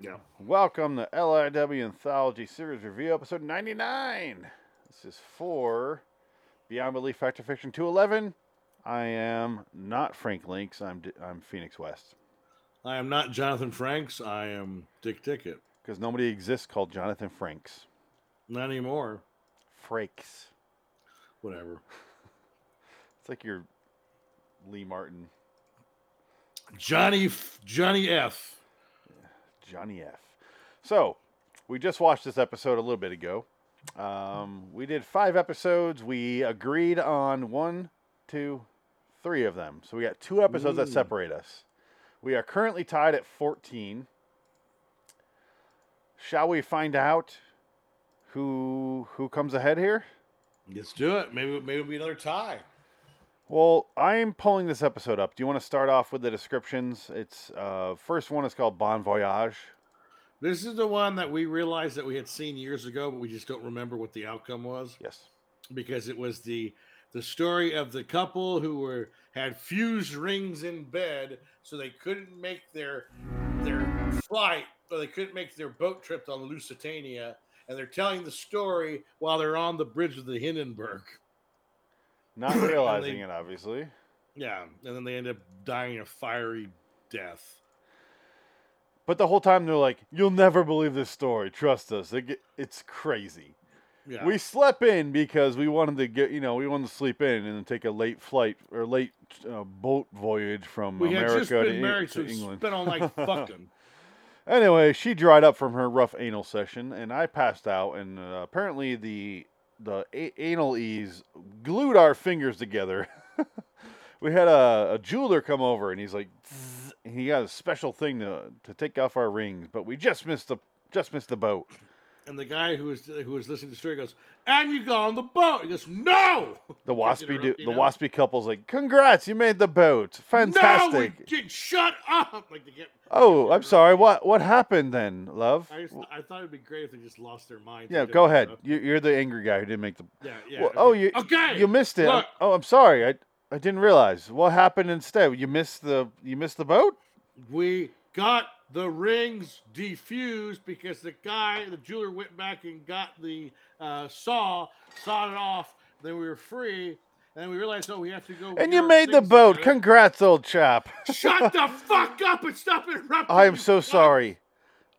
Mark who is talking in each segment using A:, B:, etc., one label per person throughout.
A: Yeah.
B: Welcome to LIW Anthology Series Review, episode 99. This is for Beyond Belief Factor Fiction 211. I am not Frank Links, I'm, D- I'm Phoenix West.
A: I am not Jonathan Franks. I am Dick Ticket.
B: Because nobody exists called Jonathan Franks.
A: Not anymore.
B: Frakes.
A: Whatever.
B: It's like your Lee Martin,
A: Johnny F- Johnny F.
B: Johnny F. So, we just watched this episode a little bit ago. Um, we did five episodes. We agreed on one, two, three of them. So, we got two episodes that
A: Ooh.
B: separate us. We are currently tied at 14. Shall we find out who who comes ahead here?
A: Let's do it. Maybe maybe it'll be another tie.
B: Well, I am pulling this episode up. Do you want to start off with the descriptions? It's uh, first one is called Bon Voyage.
A: This is the one that we realized that we had seen years ago, but we just don't remember what the outcome was
B: Yes.
A: because it was the the story of the couple who were had fused rings in bed, so they couldn't make their their flight, or they couldn't make their boat trip on Lusitania, and they're telling the story while they're on the bridge of the Hindenburg.
B: Not
A: And they-
B: realizing it, obviously.
A: Yeah, and then they end up dying a fiery death.
B: But the whole time they're like, "You'll never believe this story. Trust us. It ge- it's crazy.
A: Yeah,
B: We slept in because we wanted to get, you know, we wanted to sleep in and then take a late flight or late uh, boat voyage from
A: we
B: America
A: had just
B: to,
A: been
B: Eng-
A: married,
B: to
A: so it's
B: England."
A: been on like fucking.
B: Anyway, she dried up from her rough anal session, and I passed out. And uh, apparently, the the a- anal ease glued our fingers together. we had a, a jeweler come over, and he's like, "Zzz," and he got a special thing to to take off our rings, but we just missed the just missed the boat.
A: And the guy who was who was listening to the story goes, "And you go on the boat." He goes, "No,
B: The waspy
A: interrupt
B: du-
A: you
B: the
A: now?
B: waspy couple's like, "Congrats, you made the boat!
A: no, we
B: Fantastic!"
A: did. Shut up!" Like they get.
B: oh, I'm sorry. What what happened then, love?
A: I, just, I thought it'd be great if they just lost their mind.
B: yeah, go ahead. You, you're the angry guy who didn't make the
A: Yeah, yeah.
B: Well, oh,
A: okay.
B: you
A: okay.
B: you missed it. I'm-
A: look.
B: oh, I'm sorry. I I didn't realize what happened instead. You missed the you missed the boat.
A: we got the rings defused because the guy, the jeweler, went back and got the uh, saw, sawed it off. Then we were free. And we realized, oh, we have to go.
B: And
A: get
B: you
A: our
B: made the
A: things
B: boat.
A: together.
B: Congrats, old chap.
A: Shut the fuck up and stop interrupting.
B: I am
A: you
B: so
A: fuck.
B: sorry.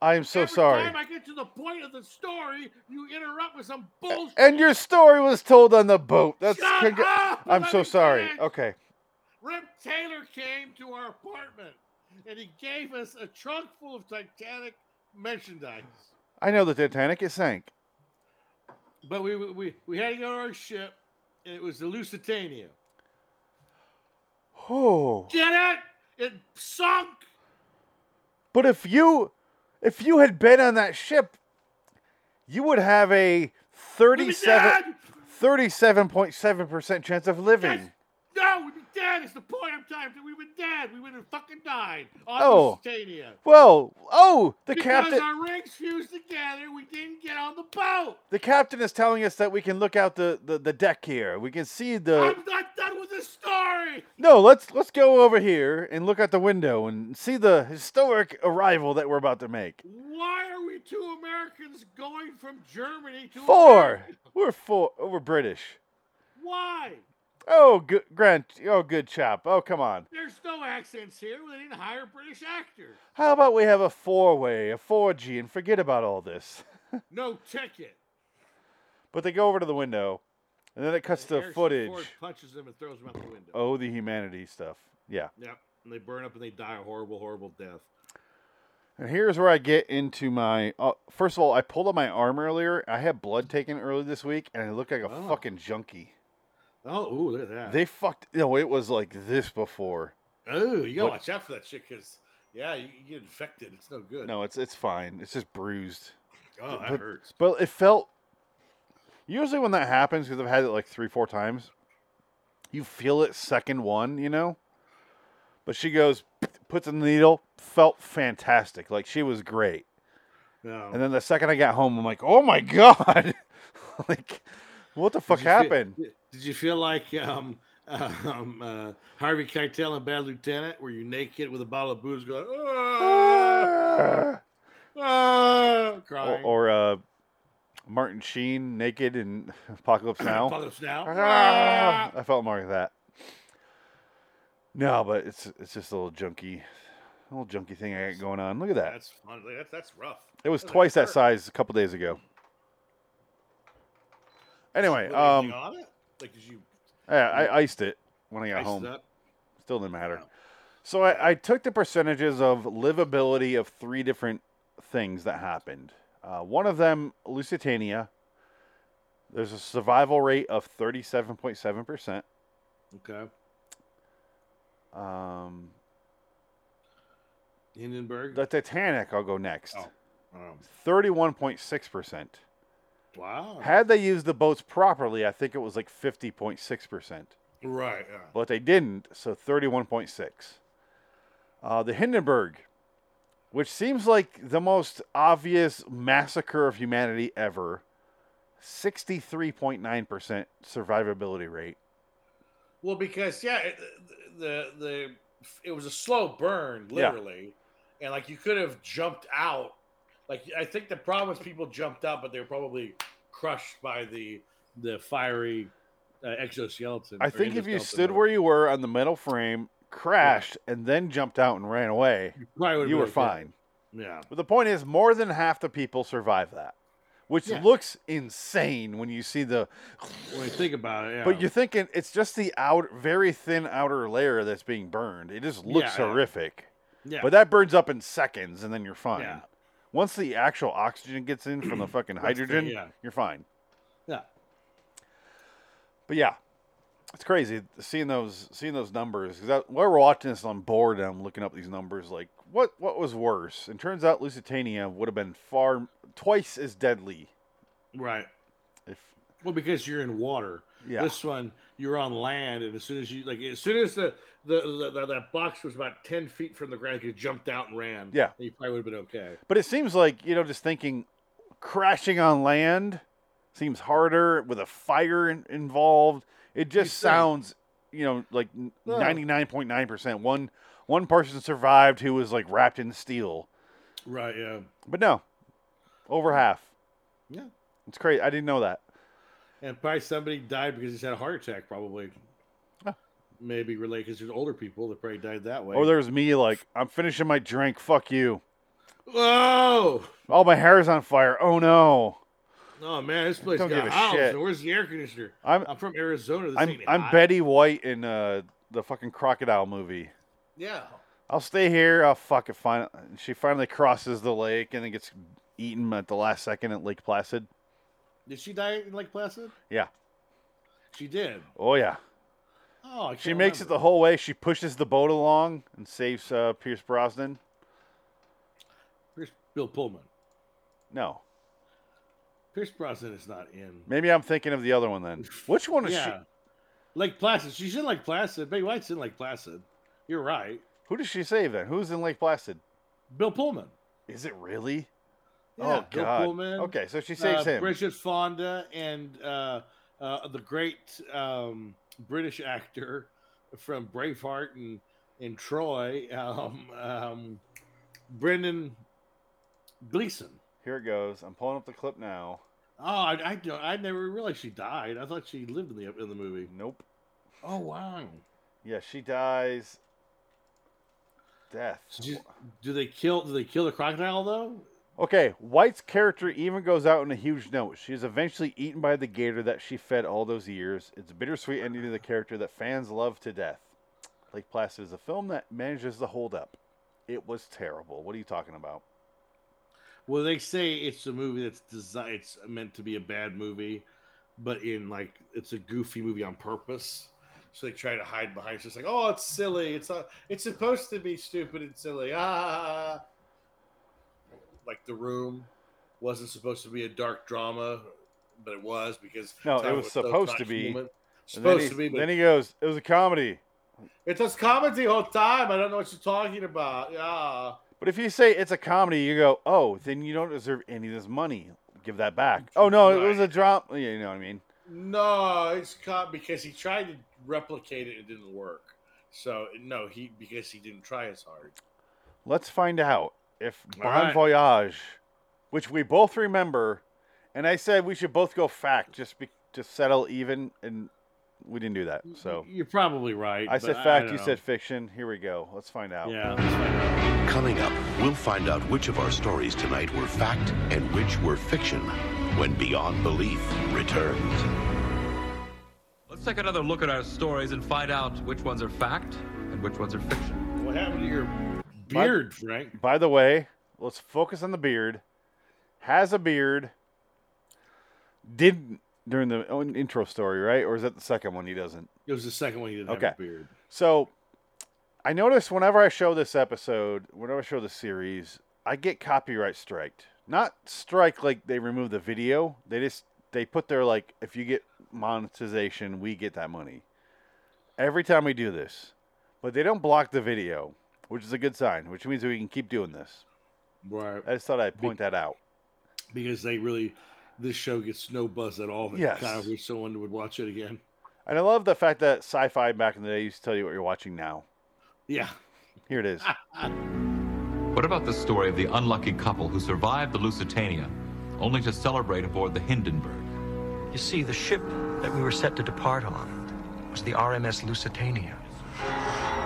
B: I am so
A: Every
B: sorry.
A: time I get to the point of the story, you interrupt with some bullshit.
B: And your story was told on the boat. That's
A: Shut
B: congr-
A: up!
B: I'm
A: Let
B: so
A: me
B: sorry.
A: finish.
B: Okay.
A: Rip Taylor came to our apartment and he gave us a trunk full of Titanic merchandise.
B: I know the Titanic it sank.
A: But we we we had to go to our ship, and it was the Lusitania.
B: Oh.
A: Get it? It sunk.
B: But if you if you had been on that ship, you would have a
A: We'd be
B: 37
A: dead.
B: 37.7% chance of living.
A: That's- No, we'd be dead. It's the point I'm trying to. We were dead. We would have fucking died on
B: Oh.
A: Lusitania.
B: Well, oh, the
A: Because
B: captain
A: our rings fused together, we didn't get on the boat.
B: the captain is telling us that we can look out the, the, the deck here. We can see the
A: I'm not done with the story.
B: No, let's let's go over here and look out the window and see the historic arrival that we're about to make.
A: Why are we two Americans going from Germany to
B: Four.
A: America?
B: We're four oh, we're British.
A: Why?
B: Oh, good Grant. Oh, good chap. Oh, come on.
A: There's no accents here. They didn't hire British actors.
B: How about we have a four-way, a 4G and forget about all this.
A: No ticket.
B: But they go over to the window and then it cuts
A: And
B: to
A: Harrison
B: footage.
A: Ford punches them and throws them out the window.
B: Oh, the humanity stuff. Yeah.
A: Yep. And they burn up and they die a horrible, horrible death.
B: And here's where I get into my. Uh, first of all, I pulled up my arm earlier. I had blood taken early this week, and I look like a
A: Oh.
B: fucking junkie.
A: Oh, ooh, look at that.
B: They fucked. No, it was like this before.
A: oh, you gotta
B: What-
A: watch out for that shit because yeah, you, you get infected. It's no good.
B: No, it's it's fine. It's just bruised.
A: oh, that
B: but-
A: hurts.
B: But it felt. Usually when that happens, because I've had it like three, four times, you feel it second one, you know. But she goes, puts in the needle. Felt fantastic. Like she was great.
A: No.
B: And then the second I got home, I'm like, oh my god, like, what the fuck
A: Did you feel-
B: happened?
A: did- did you feel like um, um, uh, Harvey Keitel in Bad Lieutenant, where you're naked with a bottle of booze, going, "Ah!" Ah,
B: Or,
A: crying.
B: or uh, Martin Sheen naked in Apocalypse Now.
A: Apocalypse now.
B: Ah, I felt more like that. No, but it's it's just a little junky, a little junky thing I got going on. Look at that.
A: That's fun. That's that's rough.
B: It was
A: doesn't
B: twice that
A: hurt.
B: size a couple days ago. Anyway,
A: Was there anything
B: um,
A: on it? like did you
B: I, I iced it when I got
A: ice
B: home.
A: it up?
B: Still didn't matter.
A: Oh.
B: So I, I took the percentages of livability of three different things that happened. Uh, one of them, Lusitania. There's a survival rate of 37.7 percent.
A: Okay.
B: Um,
A: Hindenburg.
B: the Titanic, I'll go next.
A: Oh. Um,
B: 31.6%.
A: wow.
B: Had they used the boats properly, I think it was like 50.6%.
A: right. uh, yeah.
B: But they didn't, so 31.6. Uh, the Hindenburg, which seems like the most obvious massacre of humanity ever, 63.9% survivability rate.
A: Well, because yeah, it, the the it was a slow burn,
B: Yeah.
A: literally, and like you could have jumped out. Like I think the problem is people jumped out, but they were probably crushed by the the fiery uh, exoskeleton.
B: I
A: or
B: think if you
A: endoskeleton,
B: stood
A: whatever.
B: where you were on the metal frame, crashed, and then jumped out and ran away,
A: you, probably would've
B: you
A: been
B: were
A: okay.
B: fine.
A: Yeah.
B: But the point is, more than half the people survive that, which
A: Yeah.
B: looks insane when you see the.
A: When you think about it, yeah.
B: But you're thinking it's just the out, very thin outer layer that's being burned. It just looks
A: Yeah, yeah.
B: horrific.
A: yeah.
B: But that burns up in seconds, and then you're fine.
A: Yeah.
B: Once the actual oxygen gets in from the fucking
A: That's the-
B: hydrogen,
A: yeah.
B: you're fine.
A: Yeah.
B: But yeah, it's crazy seeing those seeing those numbers because while we're watching this on board and I'm looking up these numbers, like what what was worse? And turns out Lusitania would have been far twice as deadly
A: right.
B: if
A: Well, because you're in water.
B: yeah
A: This one, you're on land, and as soon as you like, as soon as the the, the, the that box was about ten feet from the ground, you jumped out and ran.
B: Yeah.
A: and you probably would have been okay.
B: But it seems like, you know, just thinking crashing on land seems harder with a fire in- involved. It just
A: think.
B: sounds, you know, like
A: Yeah.
B: 99.9%. One one person survived who was like wrapped in steel.
A: Right. Yeah.
B: But no. Over half.
A: Hmm. Yeah.
B: It's crazy. I didn't know that.
A: And probably somebody died because he's had a heart attack, probably.
B: Huh. Oh,
A: Maybe related because there's older people that probably died that way.
B: Or there's me like, I'm finishing my drink. Fuck you.
A: Whoa!
B: All my hair is on fire. Oh no.
A: Oh man, this place
B: Don't
A: got
B: give a
A: housed.
B: shit.
A: and Where's the air conditioner?
B: I'm
A: I'm from Arizona. This
B: I'm
A: ain't
B: I'm
A: hot.
B: Betty White in uh, the fucking crocodile movie.
A: Yeah.
B: I'll stay here. I'll fuck it. Fine. And She finally crosses the lake and then gets eaten at the last second at Lake Placid.
A: Did she die in Lake Placid?
B: Yeah.
A: She did.
B: Oh yeah.
A: Oh, I
B: She makes it the whole way. She pushes the boat along and saves uh, Pierce Brosnan.
A: Pierce, Bill Pullman.
B: No,
A: Pierce Brosnan is not in.
B: maybe I'm thinking of the other one then. Which one is she?
A: Yeah. Lake Placid. She's in Lake Placid. Betty White's in Lake Placid. You're right.
B: Who does she save then? Who's in Lake Placid?
A: Bill Pullman.
B: Is it really?
A: Yeah,
B: oh God.
A: Bill Pullman.
B: Okay, so she saves
A: uh,
B: him.
A: Bridget Fonda and uh, uh, the great um, British actor from Braveheart and and Troy, um, um, Brendan Gleeson.
B: Here it goes. I'm pulling up the clip now.
A: Oh, I, I don't. I never realized she died. I thought she lived in the in the movie.
B: Nope.
A: Oh wow!
B: Yeah, she dies. Death.
A: So she's- Do they kill? Do they kill the crocodile though?
B: Okay, White's character even goes out on a huge note. She is eventually eaten by the gator that she fed all those years. It's a bittersweet ending to the character that fans love to death. Lake Placid is a film that manages to hold up. It was terrible. What are you talking about?
A: Well, they say it's a movie that's designed. It's meant to be a bad movie, but in like it's a goofy movie on purpose. So they try to hide behind. It's just like, oh, it's silly. It's not. It's supposed to be stupid and silly. Ah, like The Room wasn't supposed to be a dark drama, but it was because
B: No,
A: Tom
B: it was
A: so
B: supposed to be.
A: Moment.
B: And then
A: Supposed
B: he-
A: to be, but
B: Then he goes, "It was a comedy."
A: it does comedy the whole time. I don't know what you're talking about. Yeah.
B: But if you say it's a comedy, you go, "Oh, then you don't deserve any of this money. Give that back." Oh no, it was a drop. Yeah, you know what I mean.
A: No, it's caught because he tried to replicate it. It didn't work. So no, he because he didn't try as hard.
B: Let's find out. if
A: All
B: Bon
A: right.
B: Voyage, which we both remember, and I said we should both go fact just be, just settle even, and we didn't do that. So
A: you're probably right.
B: I
A: but
B: said fact,
A: don't
B: you
A: know.
B: said fiction. Here we go. Let's find out.
A: yeah.
C: Coming up, we'll find out which of our stories tonight were fact and which were fiction when Beyond Belief returns.
D: Let's take another look at our stories and find out which ones are fact and which ones are fiction.
A: What happened to your beard, Frank?
B: By the way, let's focus on the beard. Has a beard. Didn't during the own intro story, right? Or is that the second one? He doesn't.
A: It was the second one. He didn't
B: Okay.
A: have a beard.
B: So I notice whenever I show this episode, whenever I show the series, I get copyright striked. Not strike like they remove the video. They just they put their like if you get monetization, we get that money. Every time we do this. But they don't block the video, which is a good sign, which means we can keep doing this.
A: Right.
B: I just thought I'd point that out.
A: Because they really, this show gets no buzz at all.
B: Yes.
A: Kind of wish someone would watch it again.
B: And I love the fact that sci-fi back in the day used to tell you what you're watching now.
A: Yeah.
B: Here it is.
D: What about the story of the unlucky couple who survived the Lusitania only to celebrate aboard the Hindenburg?
E: You see, the ship that we were set to depart on was the RMS Lusitania.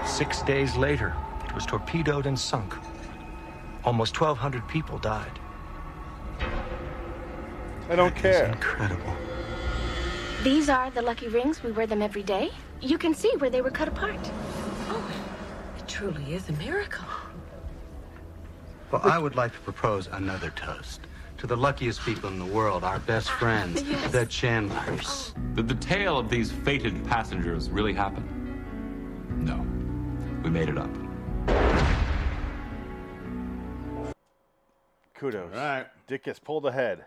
E: Six days later, it was torpedoed and sunk. Almost 1,200 people died.
B: I don't
E: It is
B: care.
E: incredible.
F: These are the lucky rings. We wear them every day. You can see where they were cut apart.
G: Oh, It truly is a miracle.
H: Well, I would like to propose another toast to the luckiest people in the world, our best friends, the Chandlers.
D: Did the tale of these fated passengers really happen? No. We made it up.
B: Kudos.
A: All right.
B: Dick gets pulled ahead.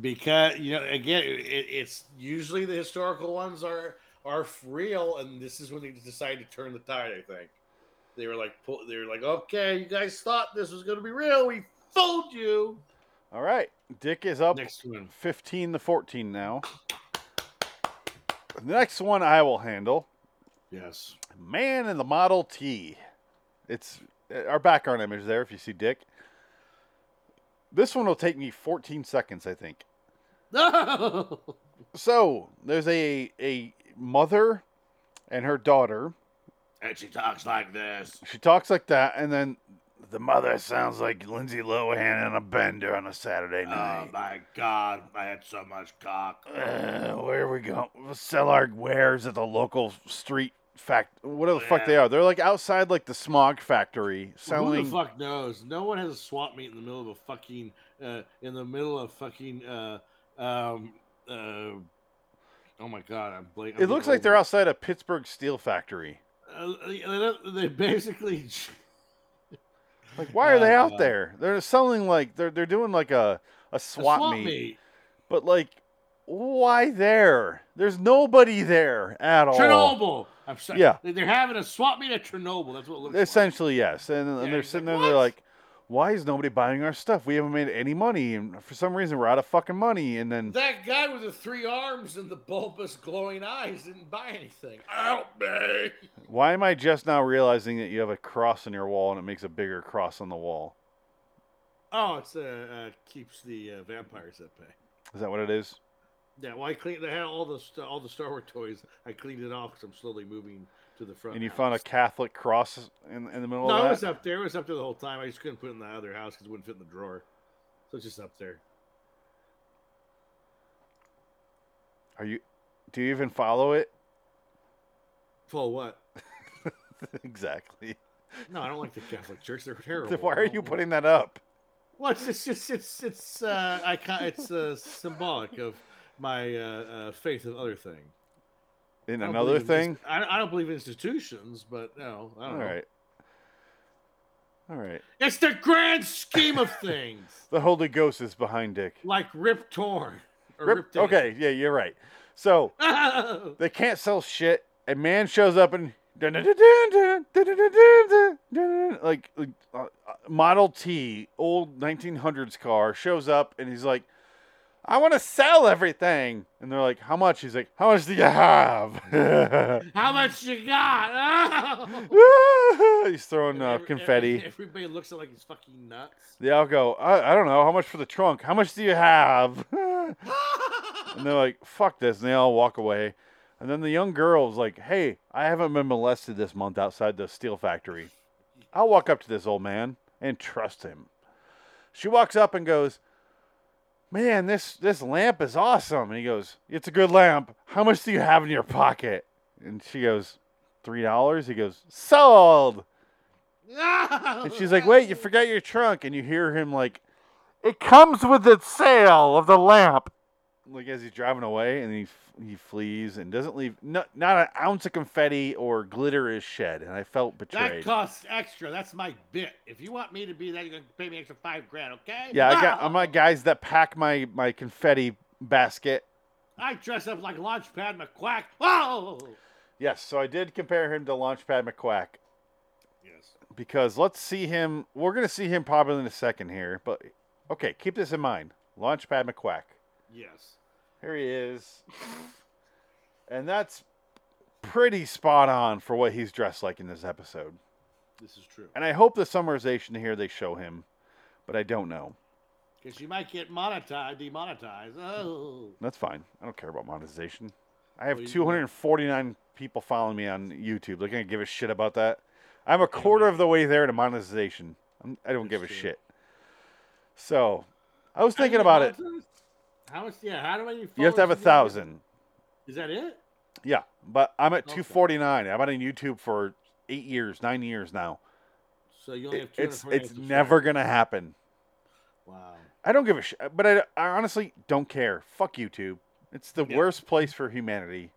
A: Because you know, again, it, it's usually the historical ones are are f- real, and this is when they decided to turn the tide. I think they were like, pull- they were like, okay, you guys thought this was going to be real. We fooled you.
B: All right. Dick is up
A: Next one.
B: 15 to 14 now. The next one I will handle
A: Yes.
B: Man in the Model T. It's uh, our background image there if you see Dick. This one will take me 14 seconds, I think.
A: No.
B: So there's a, a mother and her daughter.
A: And she talks like this.
B: She talks like that, and then the mother sounds like Lindsay Lohan on a bender on a Saturday night.
A: Oh my god, I had so much cock.
B: Uh, where we go? We'll sell our wares at the local street fact. Whatever the fuck they are, they're like outside like the smog factory
A: Who
B: selling.
A: the fuck knows? No one has a swap meet in the middle of a fucking uh, in the middle of fucking uh, um, uh, oh my god, I'm blank.
B: It looks like they're outside a Pittsburgh steel factory.
A: Uh, they- they don't- they basically
B: Like, why are they
A: Oh,
B: out
A: God.
B: there? They're selling like they're they're doing like a a swap, meet, but like, why there? There's nobody there at all.
A: Chernobyl. I'm sorry.
B: Oh. Yeah.
A: They- they're having a swap meet at Chernobyl. That's what it looks like.
B: Essentially, yes. And, and
A: Yeah,
B: they're
A: he's
B: sitting
A: like,
B: there, they're
A: "What?"
B: like, why is nobody buying our stuff? We haven't made any money, and for some reason, we're out of fucking money. And then
A: That guy with the three arms and the bulbous glowing eyes didn't buy anything. Out me.
B: Why am I just now realizing that you have a cross on your wall and it makes a bigger cross on the wall?
A: Oh, it's uh, uh keeps the uh, vampires at bay.
B: Is that what it is?
A: Yeah, well, I cleaned. I had all the st- all the Star Wars toys. I cleaned it off because I'm slowly moving to the front.
B: And you found a Catholic cross in, in the middle
A: No, it
B: of
A: was
B: that?
A: up there. It was up there the whole time. I just couldn't put it in the other house because it wouldn't fit in the drawer. So it's just up there.
B: Are you? Do you even follow it?
A: Full what?
B: exactly.
A: No, I don't like the Catholic Church. They're terrible.
B: Then
A: I
B: why are
A: don't
B: you
A: like-
B: putting that up?
A: Well, it's it's it's it's it's uh, icon- it's uh, symbolic of my uh, uh, faith of other thing.
B: In
A: I don't
B: another
A: believe in
B: thing?
A: inst- I, don't- I don't believe in institutions, but no, I don't
B: All
A: know.
B: right. All right.
A: It's the grand scheme of things,
B: The Holy Ghost is behind Dick.
A: like Rip Torn or
B: Rip-
A: Rip.
B: okay. Yeah, you're right. So
A: Okay.
B: they can't sell shit. A man shows up and dun- dun- dun- dun- dun- dun- dun- dun- dun- dun- dun- dun- like like, uh, uh, Model T, old 1900s car shows up and he's like, I want to sell everything. And they're like, How much? He's like, How much do you have?
A: How much you got?
B: He's throwing uh,
A: Every-
B: confetti.
A: every- Everybody looks at like he's fucking nuts.
B: They all go, I, I don't know, how much for the trunk? How much do you have? and they're like, fuck this. And they all walk away. And then the young girl's like, hey, I haven't been molested this month outside the steel factory. I'll walk up to this old man and trust him. She walks up and goes, man, this, this lamp is awesome. And he goes, it's a good lamp. How much do you have in your pocket? And she goes, $3. He goes, sold. And she's like, "Wait, you forgot your trunk." And you hear him like, "It comes with the sale of the lamp." Like as he's driving away, and he f- he flees and doesn't leave no, not an ounce of confetti or glitter is shed. And I felt
A: That
B: betrayed.
A: costs extra. That's my bit. If you want me to be that, you're gonna pay me extra five grand, okay?
B: yeah, I got
A: Ah!
B: I'm like guys that pack my my confetti basket.
A: I dress up like Launchpad McQuack. Oh! Whoa!
B: Yes, so I did compare him to Launchpad McQuack
A: Yes.
B: because let's see him. We're gonna see him probably in a second here, but okay, keep this in mind. Launchpad McQuack.
A: Yes.
B: Here he is. And that's pretty spot on for what he's dressed like in this episode.
A: This is true.
B: And I hope the summarization here they show him, but I don't know.
A: Because you might get monetized, demonetized. Oh.
B: That's fine. I don't care about monetization. I have
A: Well, you-
B: 249 people following me on YouTube. They're going to give a shit about that. I'm a quarter of the way there to monetization. I'm, I don't give a
A: true.
B: shit. So, I was thinking about it.
A: How much? Yeah. How do I?
B: You have to have a thousand.
A: Is that it?
B: Yeah, but I'm at
A: Okay.
B: 249. I've been on YouTube for eight years, nine years now.
A: So you only
B: It-
A: have two.
B: it's it's never gonna happen.
A: Wow.
B: I don't give a shit, but I, I honestly don't care. Fuck YouTube. It's the
A: Yeah.
B: worst place for humanity.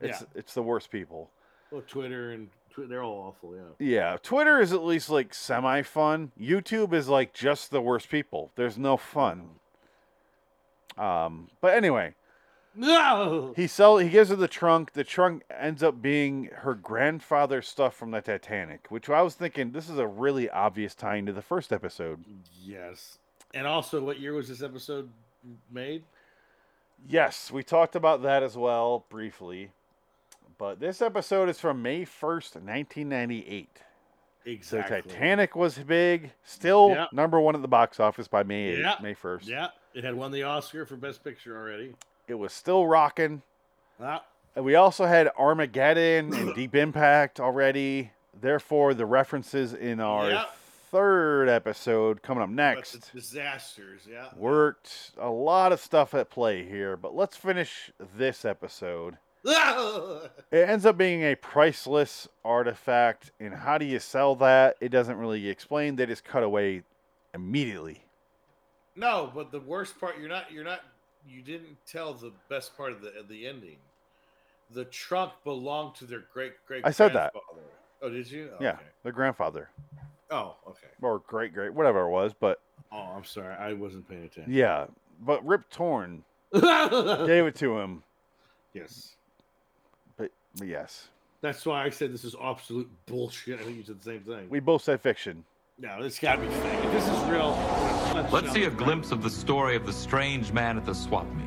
B: It's
A: Yeah.
B: it's the worst people.
A: Well, Twitter and Twitter, they're all awful. Yeah.
B: Yeah, Twitter is at least like semi fun. YouTube is like just the worst people. There's no fun. Um, but anyway,
A: No.
B: He sell he gives her the trunk. The trunk ends up being her grandfather's stuff from the Titanic, which I was thinking this is a really obvious tie into the first episode.
A: Yes. And also, what year was this episode made?
B: Yes, we talked about that as well briefly. But this episode is from May 1st, 1998. So Titanic was big, still
A: Yep.
B: number 1 at the box office by May 8th,
A: Yep.
B: May 1st.
A: Yeah, it had won the Oscar for Best Picture already.
B: It was still rocking.
A: Ah,
B: And we also had Armageddon and Deep Impact already. Therefore, the references in our
A: Yep.
B: third episode coming up
A: but
B: next
A: the disasters. Yeah.
B: worked a lot of stuff at play here. But let's finish this episode.
A: Ah!
B: It ends up being a priceless artifact. And how do you sell that? It doesn't really explain. They just cut away immediately.
A: No, but the worst part you're not you're not you didn't tell the best part of the of the ending. The trunk belonged to their great great.
B: I said that.
A: Oh, did you? Oh,
B: Yeah,
A: okay.
B: the grandfather
A: Oh, okay.
B: or great great whatever it was. But
A: Oh, I'm sorry. I wasn't paying attention.
B: yeah, but Rip Torn gave it to him.
A: yes.
B: But, but yes,
A: That's why I said this is absolute bullshit. I think you said the same thing.
B: we both said fiction.
A: no, this got to be fake. If this is real. Let's,
D: Let's see a glimpse of the story of the strange man at the swap meet.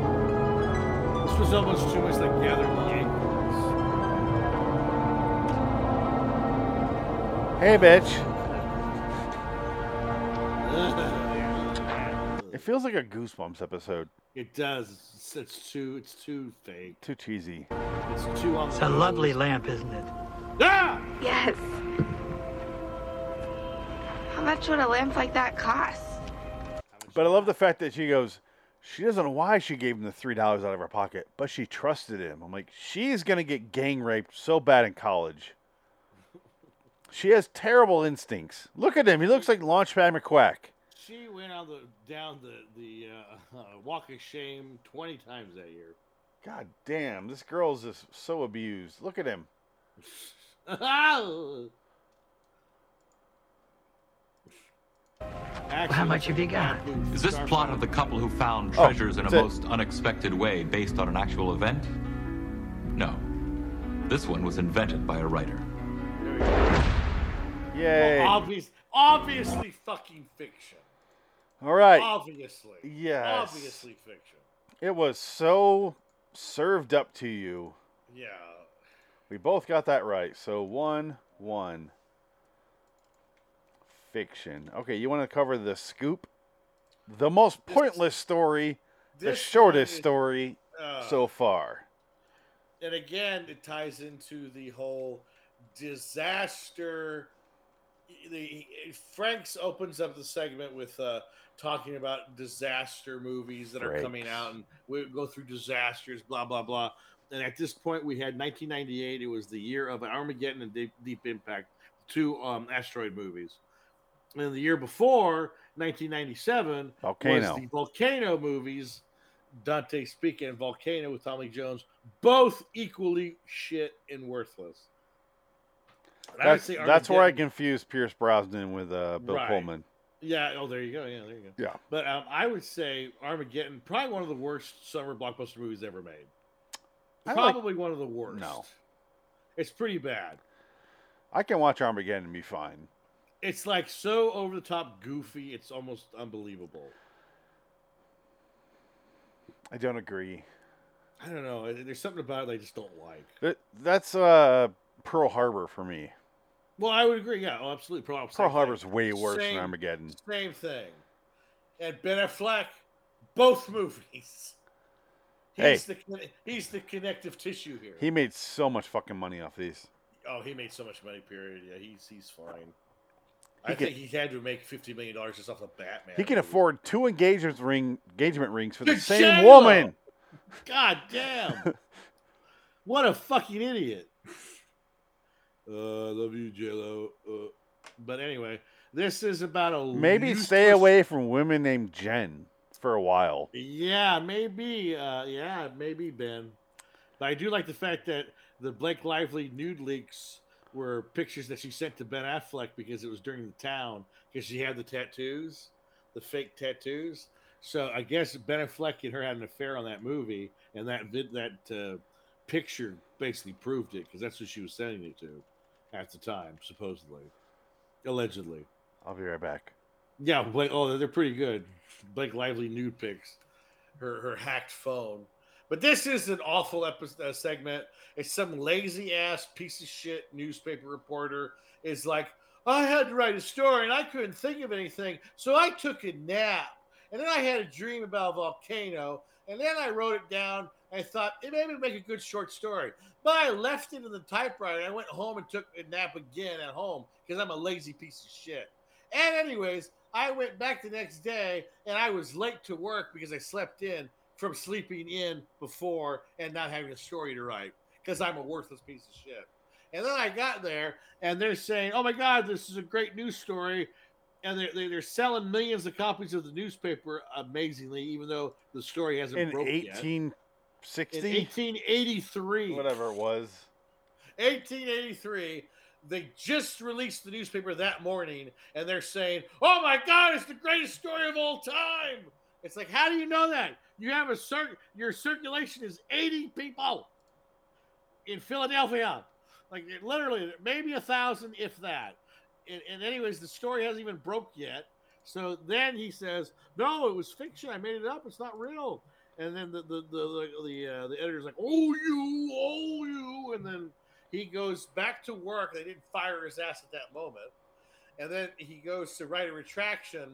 A: This was almost too much like gathering the ankles.
B: Hey, bitch. It feels like a Goosebumps episode.
A: It does. It's, it's too. It's too fake.
B: Too cheesy.
A: It's too on.
I: It's a lovely lamp, isn't it?
A: Ah!
F: Yes. How much would a lamp like that cost?
B: But I love the fact that she goes, she doesn't know why she gave him the $3 out of her pocket, but she trusted him. I'm like, she's going to get gang raped so bad in college. She has terrible instincts. Look at him. He looks like Launchpad McQuack.
A: She went on the down the the uh, uh, walk of shame twenty times that year.
B: God damn, this girl's just so abused. Look at him.
I: How much have you got?
D: Is this plot of the couple who found
B: Oh,
D: treasures in a
B: that's it.
D: most unexpected way based on an actual event? No. This one was invented by a writer.
A: There we go.
B: Yay.
A: Obvious, obviously fucking fiction.
B: All right.
A: Obviously.
B: Yes.
A: Obviously fiction.
B: It was so served up to you.
A: Yeah.
B: We both got that right. So one, one. Fiction. Okay, you want to cover the scoop? The most pointless story, the
A: This
B: shortest
A: one is-
B: story
A: uh,
B: so far.
A: and again, it ties into the whole disaster. The Franks opens up the segment with uh, talking about disaster movies that are coming
B: Franks.
A: out, and we go through disasters, blah blah blah. And at this point, we had 1998. It was the year of Armageddon and Deep, Deep Impact, two um, asteroid movies. And the year before, 1997,
B: Volcano.
A: was the volcano movies. Dante speaking and Volcano with Tommy Jones, both equally shit and worthless. And I would
B: That's,
A: say
B: that's where I
A: Armageddon-
B: confuse Pierce Brosnan with uh, Bill
A: Right.
B: Pullman.
A: Yeah. Oh, there you go. Yeah, there you go.
B: Yeah.
A: But um, I would say Armageddon, probably one of the worst summer blockbuster movies ever made.
B: I like-
A: Probably one of the worst.
B: No.
A: It's pretty bad.
B: I can watch Armageddon and be fine.
A: It's like so over the top goofy, it's almost unbelievable.
B: I don't agree.
A: I don't know. There's something about it I just don't like.
B: That, that's uh, Pearl Harbor for me.
A: Well, I would agree. Yeah, oh, absolutely. Pearl,
B: Pearl
A: same
B: Harbor's
A: thing.
B: way worse
A: Same-
B: than Armageddon.
A: Same thing. And Ben Affleck, both movies.
B: Hey.
A: He's the the he's the connective tissue here.
B: He made so much fucking money off these.
A: oh, he made so much money. Period. Yeah, he's he's fine.
B: He
A: I
B: could-
A: think he had to make fifty million dollars just off of Batman.
B: He can
A: movie.
B: afford two engagement ring engagement rings for the
A: Good
B: same
A: Shayla!
B: woman.
A: God damn! what a fucking idiot. Uh, I love you, JLo. Uh, but anyway, this is about a
B: Maybe stay
A: useless-
B: away from women named Jen for a while.
A: Yeah, maybe. Uh, yeah, maybe Ben. But I do like the fact that the Blake Lively nude leaks were pictures that she sent to Ben Affleck because it was during the town because she had the tattoos, the fake tattoos. So I guess Ben Affleck and her had an affair on that movie, and that vid, that uh, picture basically proved it because that's what she was sending it to at the time, supposedly, allegedly.
B: I'll be right back.
A: Yeah, Blake. Oh, they're pretty good. Blake Lively nude pics, her her hacked phone. But this is an awful episode uh, segment. It's some lazy ass piece of shit newspaper reporter is like, I had to write a story and I couldn't think of anything, so I took a nap. And then I had a dream about a volcano, and then I wrote it down. I thought it maybe make a good short story, but I left it in the typewriter. I went home and took a nap again at home because I'm a lazy piece of shit. And anyways, I went back the next day and I was late to work because I slept in from sleeping in before and not having a story to write because I'm a worthless piece of shit. And then I got there and they're saying, "Oh my God, this is a great news story," and they're they- they're selling millions of copies of the newspaper. Amazingly, even though the story hasn't
B: In
A: broke yet.
B: eighteen
A: In
B: sixty,
A: 1883,
B: whatever it was.
A: 1883, they just released the newspaper that morning and they're saying, Oh my God, it's the greatest story of all time. It's like, How do you know that? You have a cir- your circulation is 80 people in Philadelphia. Like, it literally, maybe a thousand, if that. And, and, anyways, the story hasn't even broke yet. So then he says, No, it was fiction. I made it up. It's not real. And then the the the the, the, uh, the editor's like, "Oh you, oh you," and then he goes back to work. They didn't fire his ass at that moment. And then he goes to write a retraction.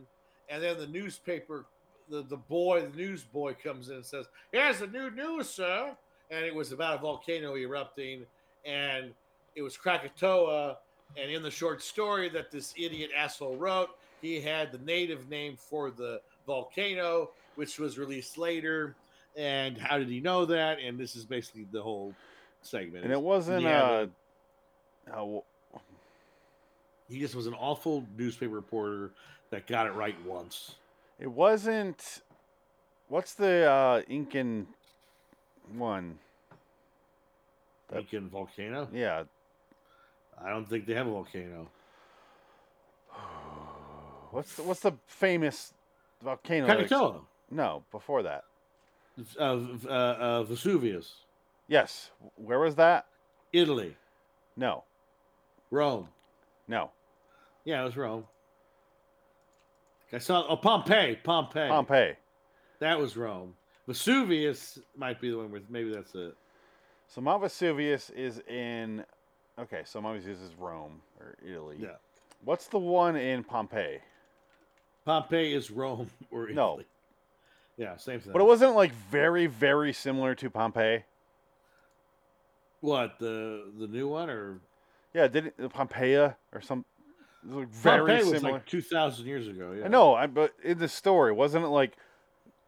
A: And then the newspaper, the, the boy, the newsboy comes in and says, Here's the new news, sir. And it was about a volcano erupting. And it was Krakatoa. And in the short story that this idiot asshole wrote, he had the native name for the volcano, which was released later. And how did he know that? And this is basically the whole segment.
B: And it
A: It's-
B: wasn't
A: yeah,
B: uh, uh, w-
A: He just was an awful newspaper reporter that got it right once.
B: it wasn't what's the uh Incan one? That-
A: Lincoln volcano?
B: Yeah.
A: I don't think they have a volcano.
B: What's the, what's the famous volcano? that ex-
A: Krakatoa,
B: No, before that.
A: uh, v- uh, uh, Vesuvius,
B: Yes. Where was that?
A: Italy,
B: No.
A: Rome,
B: No.
A: Yeah, it was Rome. I saw oh Pompeii, Pompeii.
B: Pompeii.
A: That was Rome. Vesuvius might be the one with maybe that's it.
B: So Mount Vesuvius is in. Okay, so Mount Vesuvius is Rome or Italy.
A: Yeah.
B: What's the one in Pompeii?
A: Pompeii is Rome or Italy.
B: No.
A: Yeah, same thing.
B: But it wasn't like very, very similar to Pompeii.
A: what the the new one or
B: Yeah, didn't Pompeia or some? It was like very
A: Pompeii was
B: similar.
A: like two thousand years ago. Yeah.
B: I know, I, but in the story, wasn't it like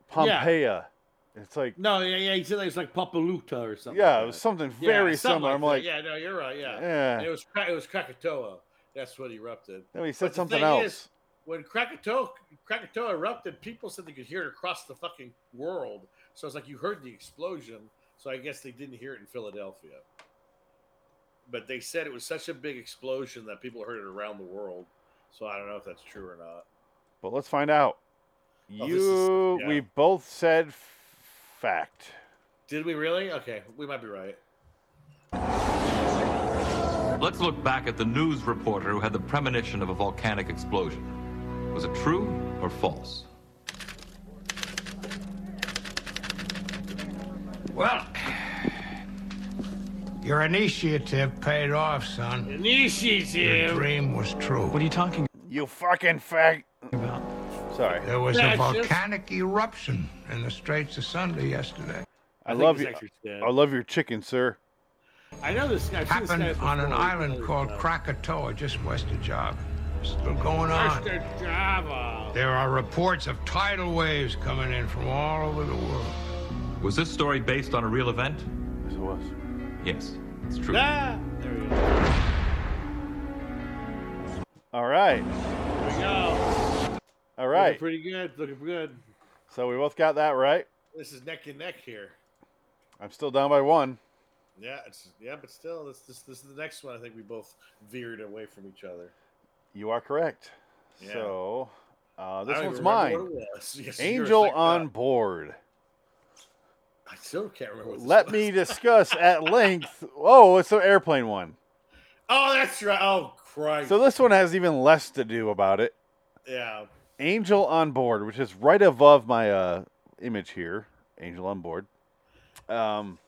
B: Pompeia? It's like
A: No, yeah, yeah. He said it was like Papaluta or something.
B: yeah,
A: like
B: it was
A: that.
B: something
A: Yeah,
B: very
A: something
B: similar. I'm
A: that.
B: like,
A: yeah, no, you're right. Yeah.
B: Yeah.
A: And It was Kra- it was Krakatoa. That's what erupted.
B: no, he
A: But
B: said
A: the
B: something
A: thing
B: else.
A: is, when Krakatoa Krakatoa erupted, people said they could hear it across the fucking world. So it's like you heard the explosion. So I guess they didn't hear it in Philadelphia. But they said it was such a big explosion that people heard it around the world. So I don't know if that's true or not.
B: But let's find out.
A: Oh, this
B: You,
A: is-
B: we
A: yeah.
B: both said f- fact.
A: Did we really? Okay, we might be right.
D: Let's look back at the news reporter who had the premonition of a volcanic explosion. Was it true or false?
J: Well, your initiative paid off, son. Your
A: Initiative.
J: dream was true.
I: What are you talking
B: You fucking fact.
I: about?
B: Sorry,
J: There was
A: That's
J: a
A: just-
J: volcanic eruption in the Straits of Sunday yesterday.
B: I,
A: think
B: love
A: he's
B: you.
A: actually dead.
B: I love your chicken, sir.
A: I know this guy. I've seen this
J: Happened
A: guy
J: on an
A: before.
J: island
A: He's
J: called
A: really-
J: Krakatoa, just west of Java. Still going on.
A: Master Java.
J: There are reports of tidal waves coming in from all over the world.
D: Was this story based on a real event?
B: Yes, it was.
D: Yes, it's true.
A: Ah, there we go. There
B: All right,
A: we go.
B: all
A: Looking
B: right.
A: pretty good. Looking good.
B: So we both got that right.
A: This is neck and neck here.
B: I'm still down by one.
A: Yeah, it's yeah, but still, this this this is the next one. I think we both veered away from each other.
B: You are correct.
A: Yeah.
B: So uh,
A: I
B: this
A: don't
B: one's
A: even remember
B: mine.
A: what it was. Yes, yours,
B: Angel
A: thank
B: on
A: God.
B: board.
A: I still can't remember. What this
B: Let
A: was.
B: me discuss at length. Oh, it's the airplane one.
A: Oh, that's right. Oh, Christ.
B: So this one has even less to do about it.
A: yeah.
B: Angel on board, which is right above my uh, image here. Angel on board. Um,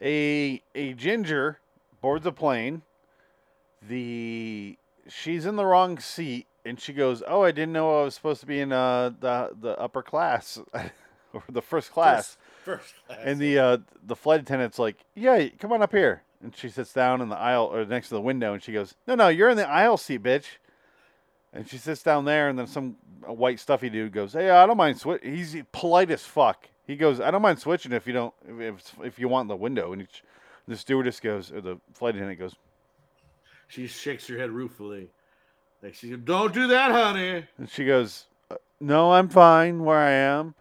B: a a ginger boards a plane. The she's in the wrong seat, and she goes, "Oh, I didn't know I was supposed to be in uh, the the upper class or the first class."
A: First, first class.
B: And the uh, the flight attendant's like, "Yeah, come on up here." And she sits down in the aisle or next to the window, and she goes, "No, no, you're in the aisle seat, bitch." And she sits down there, and then some white stuffy dude goes, "Hey, I don't mind switch." He's polite as fuck. He goes, "I don't mind switching if you don't if if you want the window." And each, the stewardess goes, or the flight attendant goes,
A: she shakes her head ruefully. Like she said, "Don't do that, honey."
B: And she goes, "Uh, No, I'm fine where I am.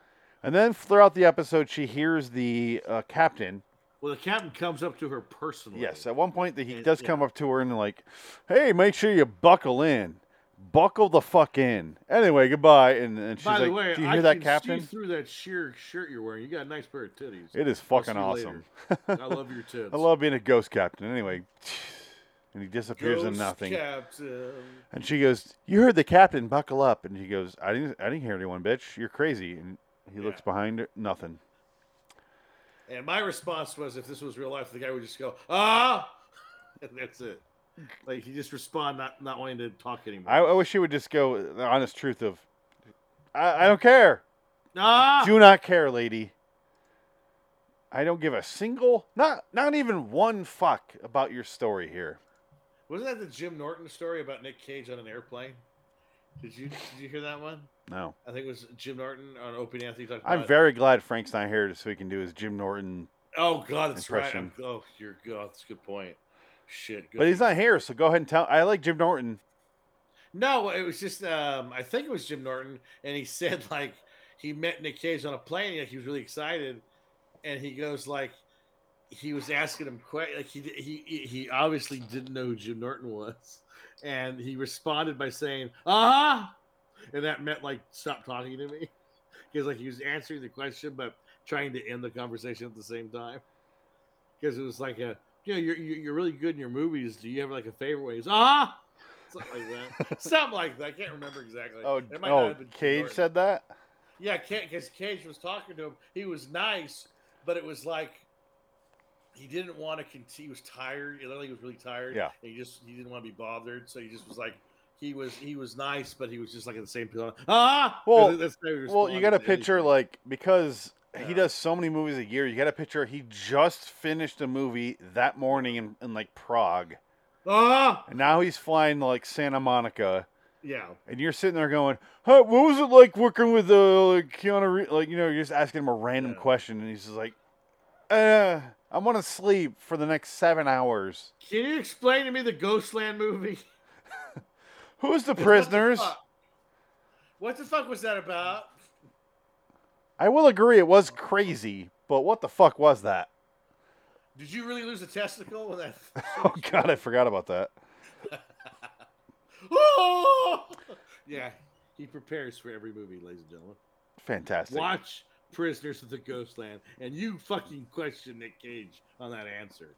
B: And then throughout the episode, she hears the uh, captain.
A: Well, the captain comes up to her personally.
B: Yes, at one point, that he
A: Yeah,
B: does come up to her and, like, hey, make sure you buckle in. Buckle the fuck in. Anyway, goodbye. And, and she's
A: By
B: like,
A: the way,
B: Do you
A: I
B: hear that,
A: can
B: captain?
A: see through that sheer shirt you're wearing. You got a nice pair of titties.
B: It is
A: I'll
B: fucking
A: see you
B: awesome.
A: later. I love your tits.
B: I love being a ghost captain. Anyway, and he disappears in
A: Ghost
B: nothing.
A: Captain.
B: And she goes, "You heard the captain. Buckle up." And he goes, "I didn't. I didn't hear anyone, bitch. You're crazy." And he looks behind her. Nothing.
A: And my response was, if this was real life, the guy would just go, ah, and that's it. Like he just respond, not not wanting to talk anymore.
B: I, I wish you would just go the honest truth of, I, I don't care.
A: ah,
B: Do not care, lady. I don't give a single, not not even one fuck about your story here.
A: wasn't that the Jim Norton story about Nick Cage on an airplane? Did you did you hear that one?
B: No,
A: I think it was Jim Norton on Open Anthony. talked
B: I'm
A: about-
B: very glad Frank's not here so he can do his Jim Norton.
A: Oh God, that's
B: impression.
A: right. I'm, oh, you're God. That's a good point. Shit. Good
B: But he's
A: thing-
B: not here, so go ahead and tell. I like Jim Norton.
A: No, it was just um, I think it was Jim Norton, and he said like he met Nick Cage on a plane, like he was really excited, and he goes like he was asking him que- like he he he- he obviously didn't know who Jim Norton was, and he responded by saying uh huh, and that meant like stop talking to me because like he was answering the question but trying to end the conversation at the same time because it was like a you know you're you're you're really good in your movies. Do you have like a favorite way? He's uh huh. something like that. something like that. I can't remember exactly.
B: Oh,
A: It might not
B: oh
A: have been
B: Cage
A: Jordan.
B: said that?
A: Yeah, because Cage was talking to him. He was nice, but it was like he didn't want to continue. He was tired. You know, he was really tired.
B: Yeah.
A: and he just he didn't want to be bothered, so he just was like he was he was nice, but he was just like at the same time. Ah,
B: Well,
A: That's how he
B: well, you
A: responded
B: got to
A: to anything.
B: picture like because
A: Yeah.
B: he does so many movies a year. You got to picture he just finished a movie that morning in, in like Prague,
A: Ah,
B: and now he's flying to like Santa Monica,
A: yeah,
B: and you're sitting there going, "Huh, what was it like working with uh, like Keanu Reeves?" Like you know, you're just asking him a random question, and he's just like, "Uh, I want to sleep for the next seven hours."
A: Can you explain to me the Ghostland movie?
B: Who's the prisoners?
A: fuck? What the fuck was that about?
B: I will agree, it was crazy, but what the fuck was that?
A: Did you really lose a testicle when that?
B: Oh god, I forgot about that.
A: oh! Yeah, he prepares for every movie, ladies and gentlemen.
B: Fantastic.
A: Watch Prisoners of the Ghostland, and you fucking question Nick Cage on that answer.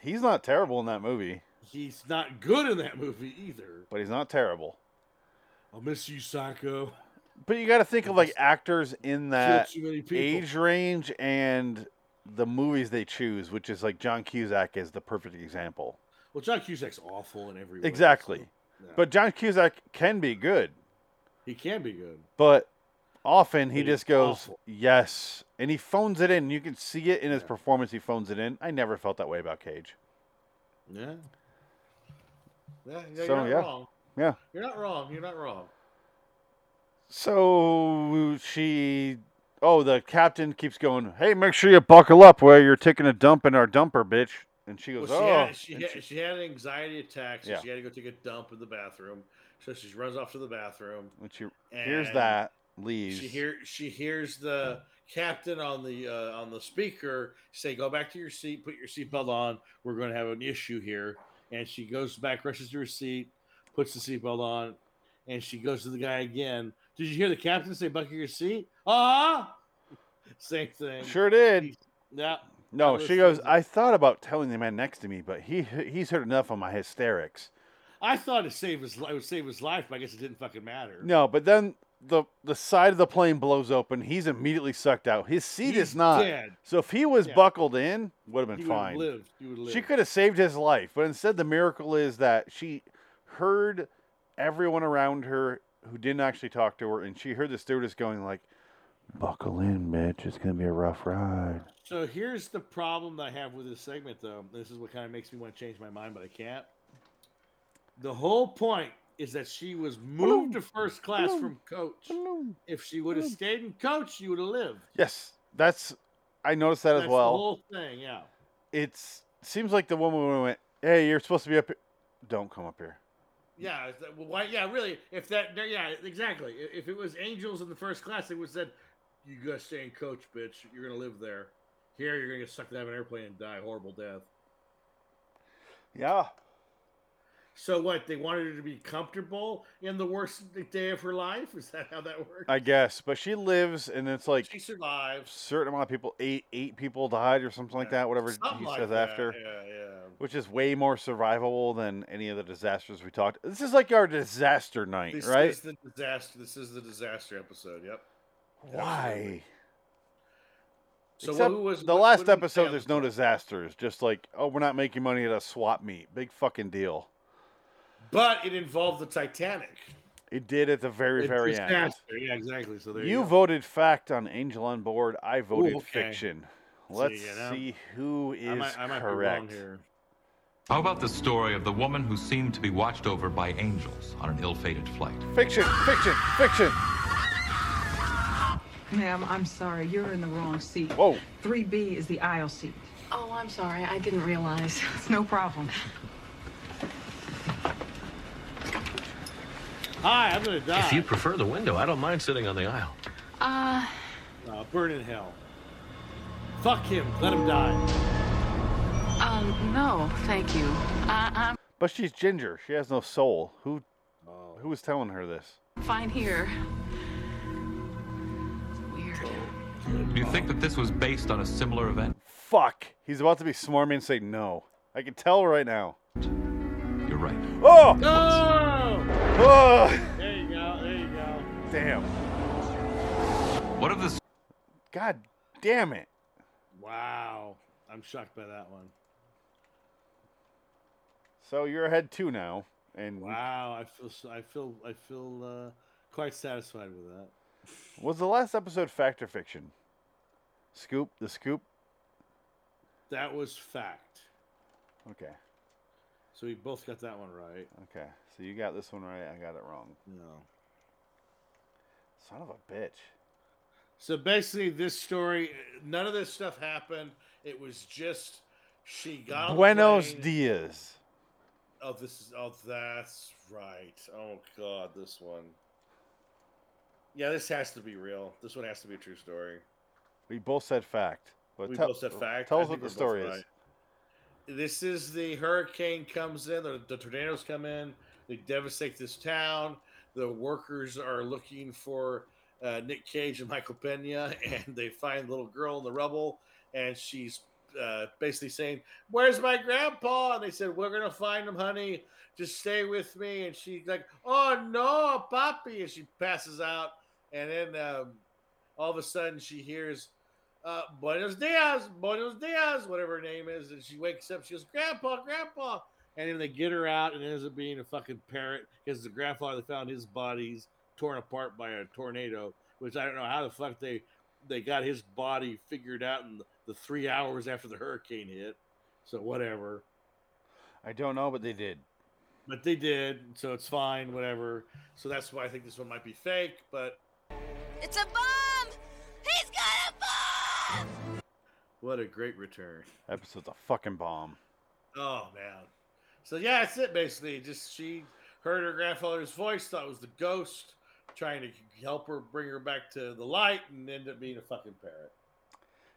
B: He's not terrible in that movie,
A: He's not good in that movie either.
B: but he's not terrible.
A: I'll miss you, Psycho.
B: But you got to think of like actors in that
A: too many people.
B: age range and the movies they choose, which is like John Cusack is the perfect example.
A: Well, John Cusack's awful in every way.
B: Exactly.
A: so, yeah.
B: But John Cusack can be good,
A: he can be good.
B: but often
A: But
B: he
A: he's
B: just goes
A: awful.
B: yes, and he phones it in. You can see it in his performance. He phones it in. I never felt that way about Cage.
A: Yeah. Yeah, yeah
B: So,
A: you're not
B: yeah.
A: wrong.
B: Yeah.
A: You're not wrong. You're not wrong.
B: So she, oh, the captain keeps going. Hey, make sure you buckle up where you're taking a dump in our dumper, bitch. And she goes,
A: Well, she,
B: oh,
A: had, she,
B: and
A: had, she had an anxiety attack, so
B: Yeah.
A: she had to go take a dump in the bathroom. So she runs off to the bathroom.
B: When she hears
A: And
B: that, leaves.
A: She hear she hears the captain on the uh, on the speaker say, "Go back to your seat. Put your seatbelt on. We're going to have an issue here." And she goes back, rushes to her seat, puts the seatbelt on, and she goes to the guy again. Did you hear the captain say, "Buckle your seat"? Ah, same thing.
B: Sure did.
A: He- Yeah.
B: No,
A: was-
B: she goes. I thought about telling the man next to me, but he he's heard enough of my hysterics.
A: I thought it saved his. li- It would save his life, but I guess it didn't fucking matter.
B: No, but then the the side of the plane blows open. He's immediately sucked out. His seat
A: He's
B: is not.
A: dead.
B: So if he was
A: Yeah.
B: buckled in, would have
A: He
B: been
A: would have
B: fine.
A: lived. He would live.
B: She could have saved his life, but instead the miracle is that she heard everyone around her who didn't actually talk to her, and she heard the stewardess going like, "Buckle in, bitch. It's gonna be a rough ride."
A: So here's the problem that I have with this segment, though. This is what kind of makes me want to change my mind, but I can't. The whole point is that she was moved to first class from coach. If she would have stayed in coach, she would have lived.
B: Yes, that's. I noticed that
A: That's
B: as
A: the
B: well.
A: whole thing, yeah.
B: It's seems like the woman went, "Hey, you're supposed to be up. here. Don't come up here."
A: Yeah, it's that- well, why, yeah, really. If that, yeah, exactly. I- If it was angels in the first class, they would have said, "You gotta stay in coach, bitch. You're gonna live there. Here, you're gonna get sucked out of an airplane and die a horrible death."
B: Yeah,
A: So what? They wanted her to be comfortable in the worst day of her life. Is that how that works?
B: I guess. But she lives, and it's like
A: she survives.
B: certain amount of people eight eight people died or something like that. Whatever
A: Something
B: he
A: like
B: says
A: that,
B: after.
A: Yeah, yeah.
B: which is way more survivable than any of the disasters we talked. This is like our disaster night,
A: This
B: right?
A: is the disaster. This is the disaster episode. Yep.
B: Why?
A: So
B: Except
A: who was
B: the
A: what-
B: last
A: what did we say
B: episode?
A: on
B: There's
A: the-
B: no disasters. Just like oh, we're not making money at a swap meet. Big fucking deal.
A: But it involved the Titanic.
B: It did at the very
A: It's
B: very end.
A: disaster. Yeah, exactly. So there
B: You,
A: you, go.
B: voted fact on Angel on Board. I voted
A: okay.
B: fiction.
A: See,
B: Let's
A: you know,
B: see who is
A: I might, I might
B: correct.
A: be wrong here.
D: How about the story of the woman who seemed to be watched over by angels on an ill fated flight?
B: Fiction, fiction, fiction.
K: Ma'am, I'm sorry. You're in the wrong seat.
B: Whoa.
K: 3B is the aisle seat.
G: Oh, I'm sorry. I didn't realize.
K: It's no problem.
A: Hi, I'm gonna die.
E: If you prefer the window, I don't mind sitting on the aisle.
G: Uh,
A: Uh, burn in hell. Fuck him. Let him die.
G: um, no, thank you. I,
B: But she's ginger. She has no soul. Who,
A: Oh.
B: who was telling her this?
G: I'm fine here.
D: Do
G: Weird.
D: you think that this was based on a similar event?
B: Fuck. He's about to be smarmy and say no. I can tell right now.
D: You're right.
B: Oh!
A: No!
B: Oh!
A: There you go. There you go.
B: Damn.
D: What of this?
B: God damn it.
A: Wow. I'm shocked by that one.
B: So you're ahead two now. And
A: Wow. I feel. so- I feel. I feel uh, quite satisfied with that.
B: was the last episode fact or fiction? Scoop, the scoop?
A: That was fact.
B: Okay.
A: So we both got that one right.
B: Okay. So you got this one right. I got it wrong.
A: No.
B: Son of a bitch.
A: So basically, this story, none of this stuff happened. It was just she got on a
B: Buenos
A: plane-
B: dias.
A: Oh, this is oh, that's right. Oh God, this one. Yeah, this has to be real. This one has to be a true story.
B: We both said fact. But
A: we
B: tell-
A: both said fact.
B: Tell
A: I
B: us what
A: think
B: the
A: we're both
B: story is.
A: right. This is the hurricane comes in, the, the tornadoes come in, they devastate this town. The workers are looking for uh, Nick Cage and Michael Pena, and they find little girl in the rubble, and she's uh, basically saying, "Where's my grandpa?" And they said, "We're gonna find him, honey. Just stay with me." And she's like, "Oh no, Poppy!" And she passes out, and then um, all of a sudden she hears uh, Buenos dias, Buenos dias, whatever her name is. And she wakes up. She goes, Grandpa, Grandpa. And then they get her out, and it ends up being a fucking parrot because the grandfather found his body's torn apart by a tornado, which I don't know how the fuck they they got his body figured out in the, the three hours after the hurricane hit. So whatever,
B: I don't know, but they did.
A: but they did, so it's fine, whatever. So that's why I think this one might be fake, but
L: It's a bomb! He's got a bomb!
A: what a great return.
B: Episode's a fucking bomb.
A: Oh man. So yeah, that's it basically. Just she heard her grandfather's voice, thought it was the ghost trying to help her bring her back to the light, and ended up being a fucking parrot.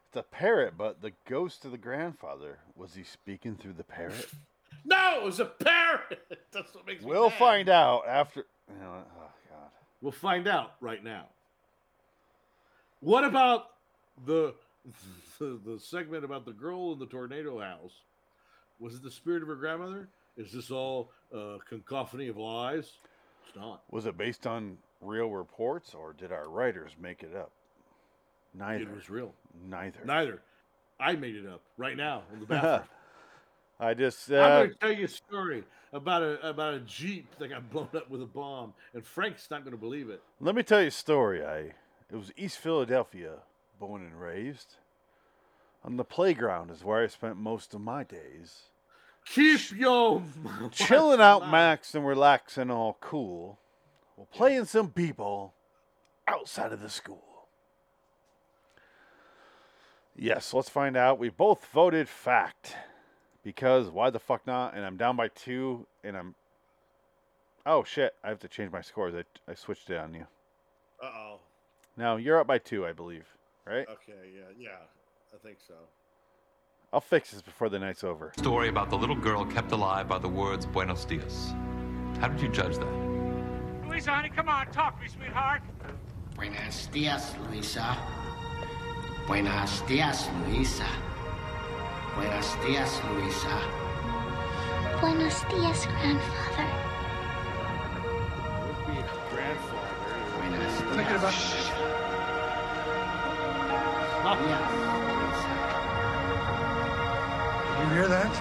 B: It's a parrot, but the ghost of the grandfather was he speaking through the parrot?
A: No, it was a parrot. That's what makes me
B: we'll
A: mad.
B: find out after. you know, oh god.
A: We'll find out right now. What about the the, the segment about the girl in the tornado house? Was it the spirit of her grandmother? Is this all uh, concophony of lies? It's not.
B: Was it based on real reports or did our writers make it up? Neither.
A: was real.
B: Neither.
A: Neither. I made it up right now in the bathroom.
B: I just
A: I'm
B: uh,
A: going to tell you a story about a about a jeep that got blown up with a bomb, and Frank's not going to believe it.
B: let me tell you a story. I it was East Philadelphia, born and raised. On the playground is where I spent most of my days.
A: Keep your
B: chilling out, Max, and relaxing, all cool. Well, playing some people outside of the school. Yes, let's find out. We both voted fact because why the fuck not? And I'm down by two, and I'm. Oh shit! I have to change my scores. I I switched it on you.
A: Uh oh.
B: Now you're up by two, I believe. Right?
A: Okay. Yeah. Yeah. I think so.
B: I'll fix this before the night's over.
D: Story about the little girl kept alive by the words Buenos dias. How did you judge that?
M: Luisa, honey, come on, talk to me, sweetheart.
N: Buenos dias, Luisa. Buenos dias, Luisa. Buenos dias, Luisa.
F: Buenos dias, grandfather.
N: Thinking about
M: You hear that?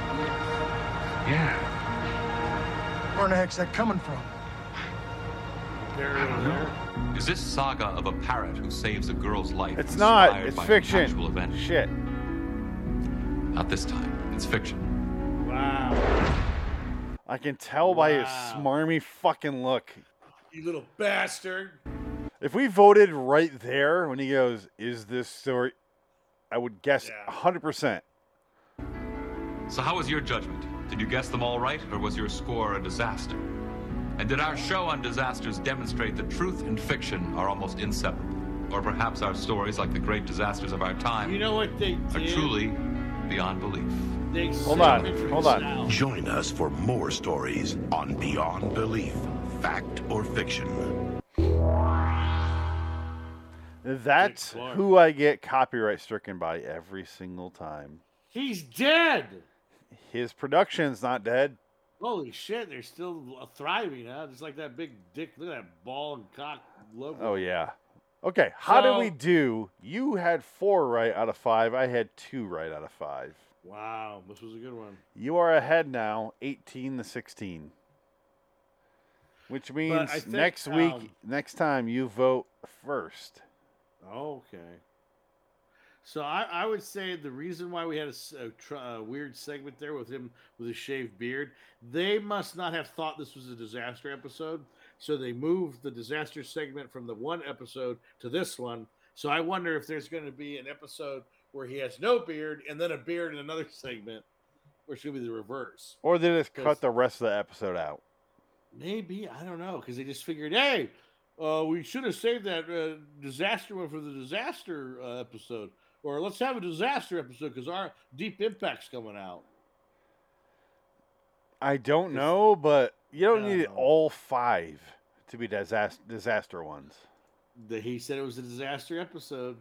M: Yeah. Where in the heck's that coming from?
D: Is this saga of a parrot who saves a girl's life?
B: It's not.
D: inspired
B: It's
D: by an
B: fiction.
D: actual event?
B: Shit.
D: Not this time. It's fiction.
B: I can tell by his smarmy fucking look.
A: You little bastard.
B: If we voted right there when he goes, "Is this story?" I would guess hundred percent.
D: So, how was your judgment? Did you guess them all right, or was your score a disaster? And did our show on disasters demonstrate that truth and fiction are almost inseparable? Or perhaps our stories, like the great disasters of our time,
A: You know what they
D: are
A: did?
D: truly beyond belief.
A: They segmented us out.
C: Join us for more stories on Beyond Belief, Fact or Fiction.
B: That's
C: Clark.
B: who I get copyright stricken by every single time.
A: He's dead.
B: His production's not dead.
A: Holy shit, they're still thriving, huh? Just like that big dick. Look at that ball and cock logo.
B: Oh yeah. Okay, how
A: So-
B: did we do? You had four right out of five. I had two right out of five.
A: Wow, this was a good one.
B: You are ahead now, eighteen to sixteen. Which means
A: think,
B: next week,
A: um,
B: next time you vote first.
A: Okay. So I, I would say the reason why we had a, s- a tr- a weird segment there with him with his shaved beard, they must not have thought this was a disaster episode. So they moved the disaster segment from the one episode to this one. So I wonder if there's going to be an episode where he has no beard and then a beard in another segment, or should be the reverse.
B: Or they just cut
A: Because-
B: the rest of the episode out.
A: Maybe I don't know because they just figured, hey, uh, we should have saved that uh, disaster one for the disaster uh, episode, or let's have a disaster episode because our deep impact's coming out.
B: I don't know, but you don't need all five to be disaster disaster ones.
A: The, he said it was a disaster episode.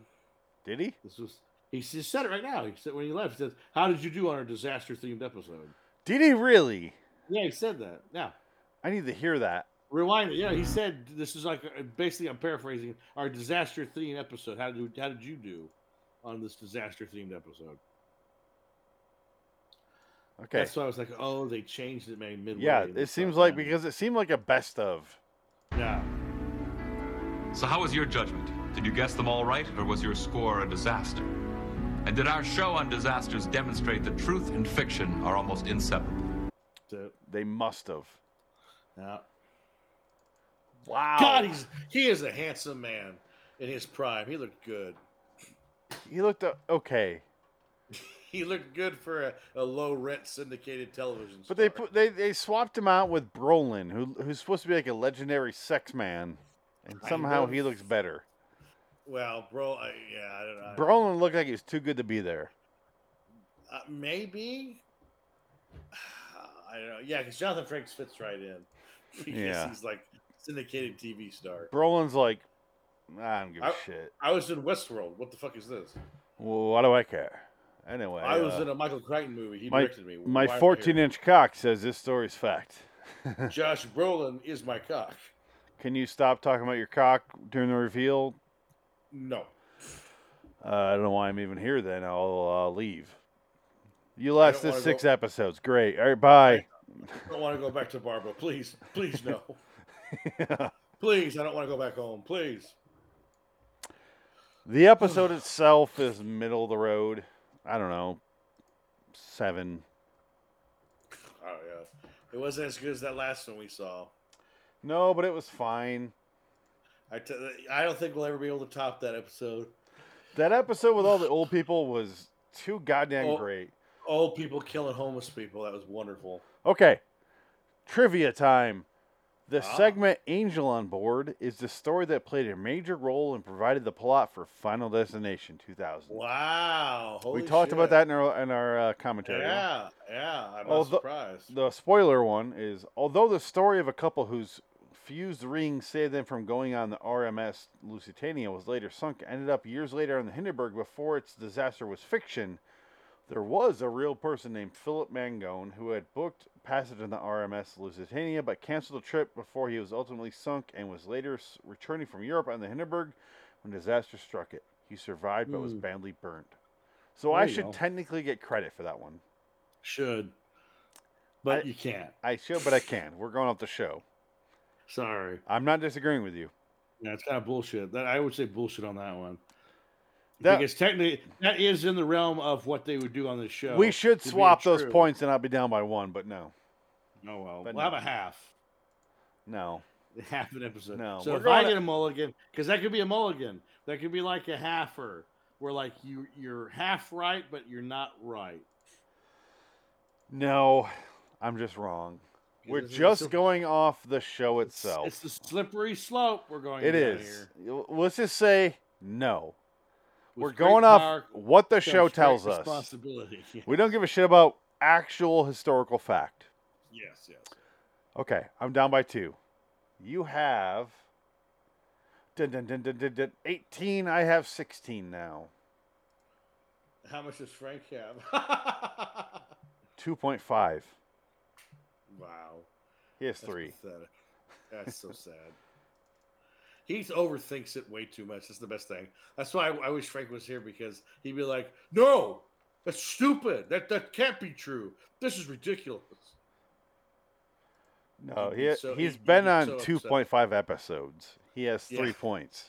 B: Did he?
A: This was he just said it right now. He said when he left, he says, "How did you do on our disaster themed episode?"
B: Did he really?
A: Yeah, he said that. Now
B: I need to hear that.
A: rewind it. Yeah, he said this is like uh, basically I'm paraphrasing our disaster themed episode. How did how did you do on this disaster themed episode?
B: Okay.
A: That's why I was like, oh, they changed it maybe midway.
B: yeah,
A: and
B: it
A: it's
B: seems
A: not
B: like
A: done.
B: because it seemed like a best of.
A: Yeah.
D: So, how was your judgment? Did you guess them all right, or was your score a disaster? And did our show on disasters demonstrate that truth and fiction are almost inseparable?
B: They must have.
A: Yeah.
B: Wow.
A: God, he's he is a handsome man in his prime. He looked good.
B: He looked o- okay,
A: He looked good for a, a low rent syndicated television.
B: but they put they, they swapped him out with Brolin, who who's supposed to be like a legendary sex man, and
A: I
B: somehow
A: know.
B: he looks better.
A: Well, bro, I, yeah, I don't know.
B: Brolin looked like he's too good to be there.
A: uh, maybe. I don't know. Yeah, because Jonathan Franks fits right in. Because
B: Yeah.
A: he's like syndicated TV star.
B: Brolin's like, I don't give a
A: I,
B: shit.
A: I was in Westworld. What the fuck is this?
B: Well, why do I care? Anyway,
A: I was
B: uh,
A: in a Michael Crichton movie. He
B: my,
A: directed me. Why
B: My
A: am I here?
B: 14 inch cock says this story's fact.
A: Josh Brolin is my cock.
B: Can you stop talking about your cock during the reveal?
A: No.
B: Uh, I don't know why I'm even here then. I'll uh, leave. You last
A: don't
B: this
A: wanna
B: six
A: go-
B: episodes. Great. All right, bye.
A: I don't want to go back to Barbara. Please, please, no. Please, I don't want to go back home. Please.
B: The episode itself is middle of the road. I don't know. Seven.
A: Oh yeah, it wasn't as good as that last one we saw.
B: No, but it was fine.
A: I t- I don't think we'll ever be able to top that episode.
B: That episode with all the old people was too goddamn
A: Oh.
B: great.
A: Old people killing homeless people. That was wonderful.
B: Okay. Trivia time. The
A: Ah.
B: segment Angel on Board is the story that played a major role and provided the plot for Final Destination 2000.
A: Wow. Holy
B: we talked about
A: shit.
B: that in our, in our uh, commentary.
A: Yeah, yeah. I'm not
B: Although-
A: surprised.
B: The spoiler one is although the story of a couple whose fused rings saved them from going on the RMS Lusitania was later sunk, ended up years later on the Hindenburg before its disaster was fiction, there was a real person named Philip Mangone who had booked passage on the RMS Lusitania but canceled the trip before he was ultimately sunk and was later s- returning from Europe on the Hindenburg when disaster struck it. He survived but was
A: Mm.
B: badly burned. So
A: There
B: I
A: you
B: should
A: go.
B: technically get credit for that one.
A: Should, but you can't.
B: I should, but I can. We're going off the show.
A: Sorry.
B: I'm not disagreeing with you.
A: Yeah, it's kind of bullshit. That I would say bullshit on that one.
B: That-
A: because technically that is in the realm of what they would do on this show.
B: we should
A: to be
B: swap those
A: true.
B: points and I'll be down by one, but no.
A: No, well,
B: But
A: we'll have
B: no.
A: a half,
B: No.
A: half an episode.
B: No,
A: So
B: we're
A: if I
B: gonna-
A: get a mulligan, because that could be a mulligan, that could be like a halfer, where like you you're half right, but you're not right.
B: No. I'm just wrong.
A: It
B: We're
A: is- it's
B: just
A: a-
B: going off the show itself.
A: It's the slippery slope we're going.
B: It
A: down
B: is.
A: here.
B: L- Let's just say no.
A: With
B: We're
A: great
B: going off
A: power
B: what the
A: comes
B: show
A: great
B: tells us.
A: Responsibility.
B: We don't give a shit about actual historical fact.
A: Yes, yes.
B: Okay, I'm down by two. You have dun, dun, dun, dun, dun, dun, 18. I have 16 now.
A: How much does Frank have?
B: 2.5.
A: Wow.
B: He has three.
A: Pathetic. That's so sad. He overthinks it way too much. That's the best thing. That's why I, I wish Frank was here because he'd be like, "No, that's stupid. That that can't be true. This is ridiculous."
B: No,
A: He'd
B: he
A: be
B: has
A: so-
B: he's
A: he'd- he'd
B: been
A: be
B: on
A: so upset.
B: two point five episodes. He has
A: Yeah.
B: three points.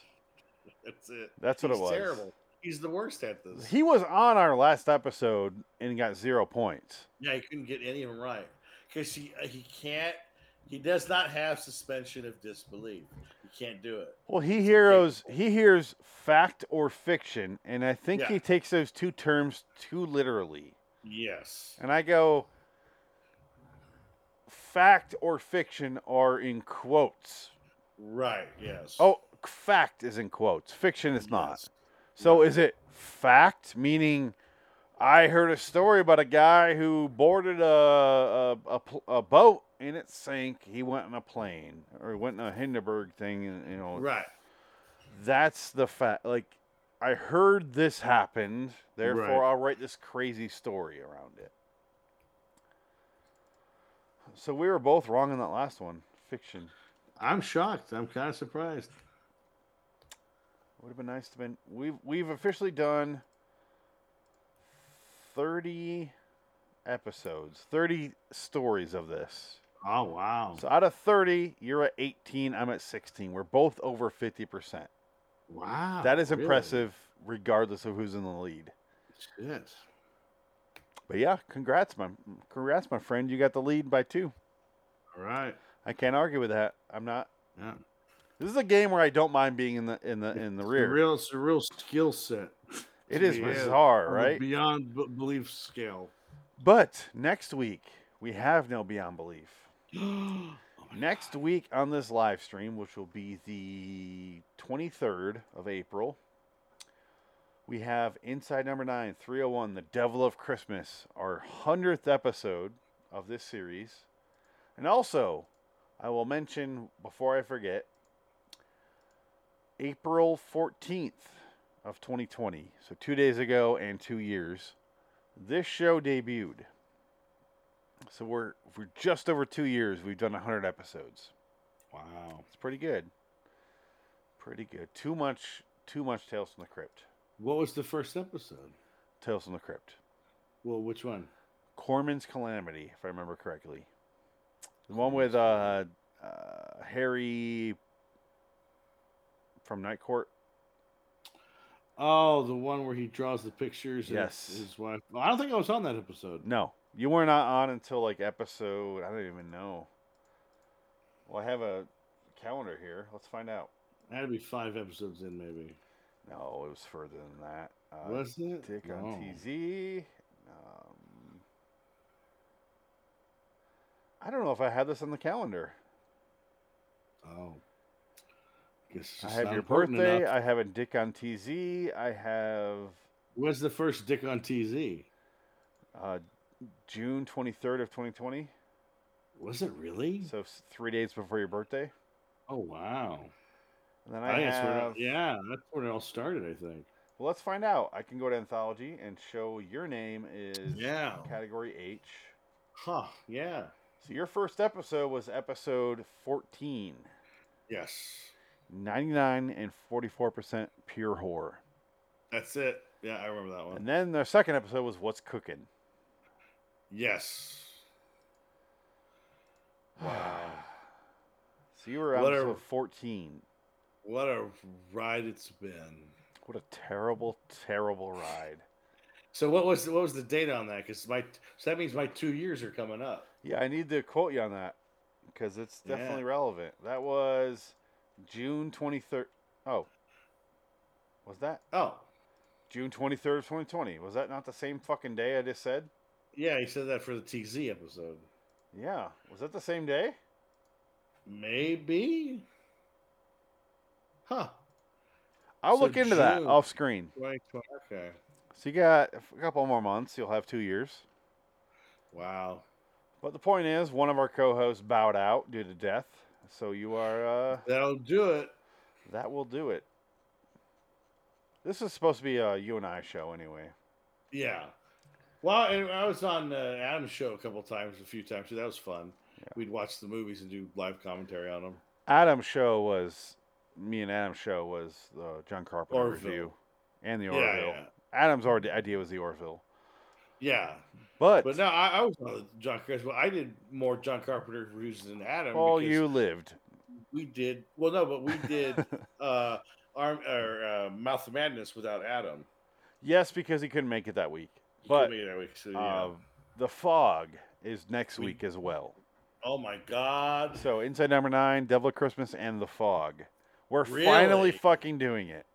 A: That's it.
B: That's what it
A: He's
B: was.
A: Terrible. He's the worst at this.
B: He was on our last episode and got zero points.
A: Yeah, he couldn't get any of them right because he uh, he can't. He does not have suspension of disbelief. He can't do it.
B: Well, he hears he hears fact or fiction, and I think
A: Yeah.
B: he takes those two terms too literally.
A: Yes.
B: And I go, fact or fiction are in quotes.
A: Right. Yes.
B: Oh, fact is in quotes. Fiction is not. So is it fact meaning? I heard a story about a guy who boarded a a, a pl- a boat and it sank. He went in a plane or went in a Hindenburg thing, and you know.
A: Right.
B: That's the fact. Like, I heard this happened, therefore
A: Right.
B: I'll write this crazy story around it. So we were both wrong in that last one. Fiction.
A: I'm shocked. I'm kind of surprised.
B: Would have been nice to been. We've we've officially done thirty episodes, thirty stories of this.
A: Oh wow!
B: So out of thirty, you're at eighteen. I'm at sixteen. We're both over fifty percent.
A: Wow.
B: that is
A: really?
B: impressive, regardless of who's in the lead.
A: Shit.
B: But yeah, congrats, my congrats, my friend. You got the lead by two.
A: All right.
B: I can't argue with that. I'm not.
A: Yeah.
B: This is a game where I don't mind being in the in the in the
A: It's a
B: rear.
A: real, it's a real skill set.
B: It
A: to
B: is
A: be had
B: bizarre,
A: on the
B: right?
A: Beyond b- belief scale.
B: But next week, we have no Beyond Belief. next week on this live stream, which will be the 23rd of April, we have Inside Number 9, 301, The Devil of Christmas, our 100th episode of this series. And also, I will mention before I forget, April 14th of 2020, so two days ago and two years, this show debuted. So we're we're just over two years. We've done 100 episodes.
A: Wow,
B: it's pretty good. Pretty good. Too much, too much Tales from the Crypt.
A: What was the first episode?
B: Tales from the Crypt.
A: Well, which one?
B: Corman's Calamity, if I remember correctly. The one with uh, uh, Harry from Night Court.
A: Oh, the one where he draws the pictures. and
B: Yes.
A: his wife. I don't think I was on that episode.
B: No, you were not on until like episode. I don't even know. Well, I have a calendar here. Let's find out.
A: That had to be five episodes in, maybe.
B: No, it was further than that. Uh,
A: Was it?
B: Dick
A: No.
B: on TZ. Um, I don't know if I had this on the calendar.
A: Oh. Guess
B: I have your birthday. I have a Dick on TZ. I have
A: When's the first Dick on TZ?
B: uh, June 23rd of 2020.
A: Was it really?
B: So s- three days before your birthday.
A: Oh wow.
B: And then I,
A: think that's where it-
B: have.
A: yeah, that's where it all started, I think.
B: Well, let's find out. I can go to anthology and show your name is
A: Yeah.
B: category H.
A: Huh. Yeah.
B: So your first episode was episode 14.
A: Yes.
B: 99 and 44% pure horror.
A: That's it. Yeah, I remember that one.
B: And then the second episode was What's Cooking.
A: Yes. Wow.
B: So you were on
A: What a-
B: episode 14.
A: What a ride it's been.
B: What a terrible, terrible ride.
A: So what was what was the date on that? Because my so that means my two years are coming up.
B: Yeah, I need to quote you on that because it's
A: Yeah.
B: definitely relevant. That was June 23rd. Oh, was that?
A: Oh,
B: June 23rd of 2020. Was that not the same fucking day I just said?
A: Yeah, he said that for the TZ episode.
B: Yeah. Was that the same day?
A: Maybe. Huh.
B: I'll
A: So
B: look into that
A: June.
B: off screen.
A: Right, Okay.
B: So you got a couple more months. You'll have two years.
A: Wow.
B: But the point is, one of our co-hosts bowed out due to death. So you are. Uh,
A: That'll do it.
B: That will do it. This is supposed to be a you and I show anyway.
A: Yeah. Well, and I was on uh, Adam's show a couple times, a few times. So that was fun. We'd watch the movies and do live commentary on them.
B: Adam's show was me and Adam's show was the John Carpenter
A: Orville.
B: review and the
A: Yeah,
B: Orville.
A: yeah.
B: Adam's already idea was the Orville.
A: Yeah,
B: But-
A: but no, I, I was on the John Carpenter. I did more John Carpenter reviews than Adam.
B: All
A: because
B: Oh, you lived.
A: we did well, no, but we did uh, arm or uh, Mouth of Madness without Adam.
B: Yes, because he couldn't make it that week.
A: He
B: But
A: couldn't make it that week, so,
B: uh,
A: yeah.
B: the fog is next week as well.
A: Oh my God!
B: So inside number nine, Devil at Christmas, and the fog. We're
A: Really?
B: finally fucking doing it.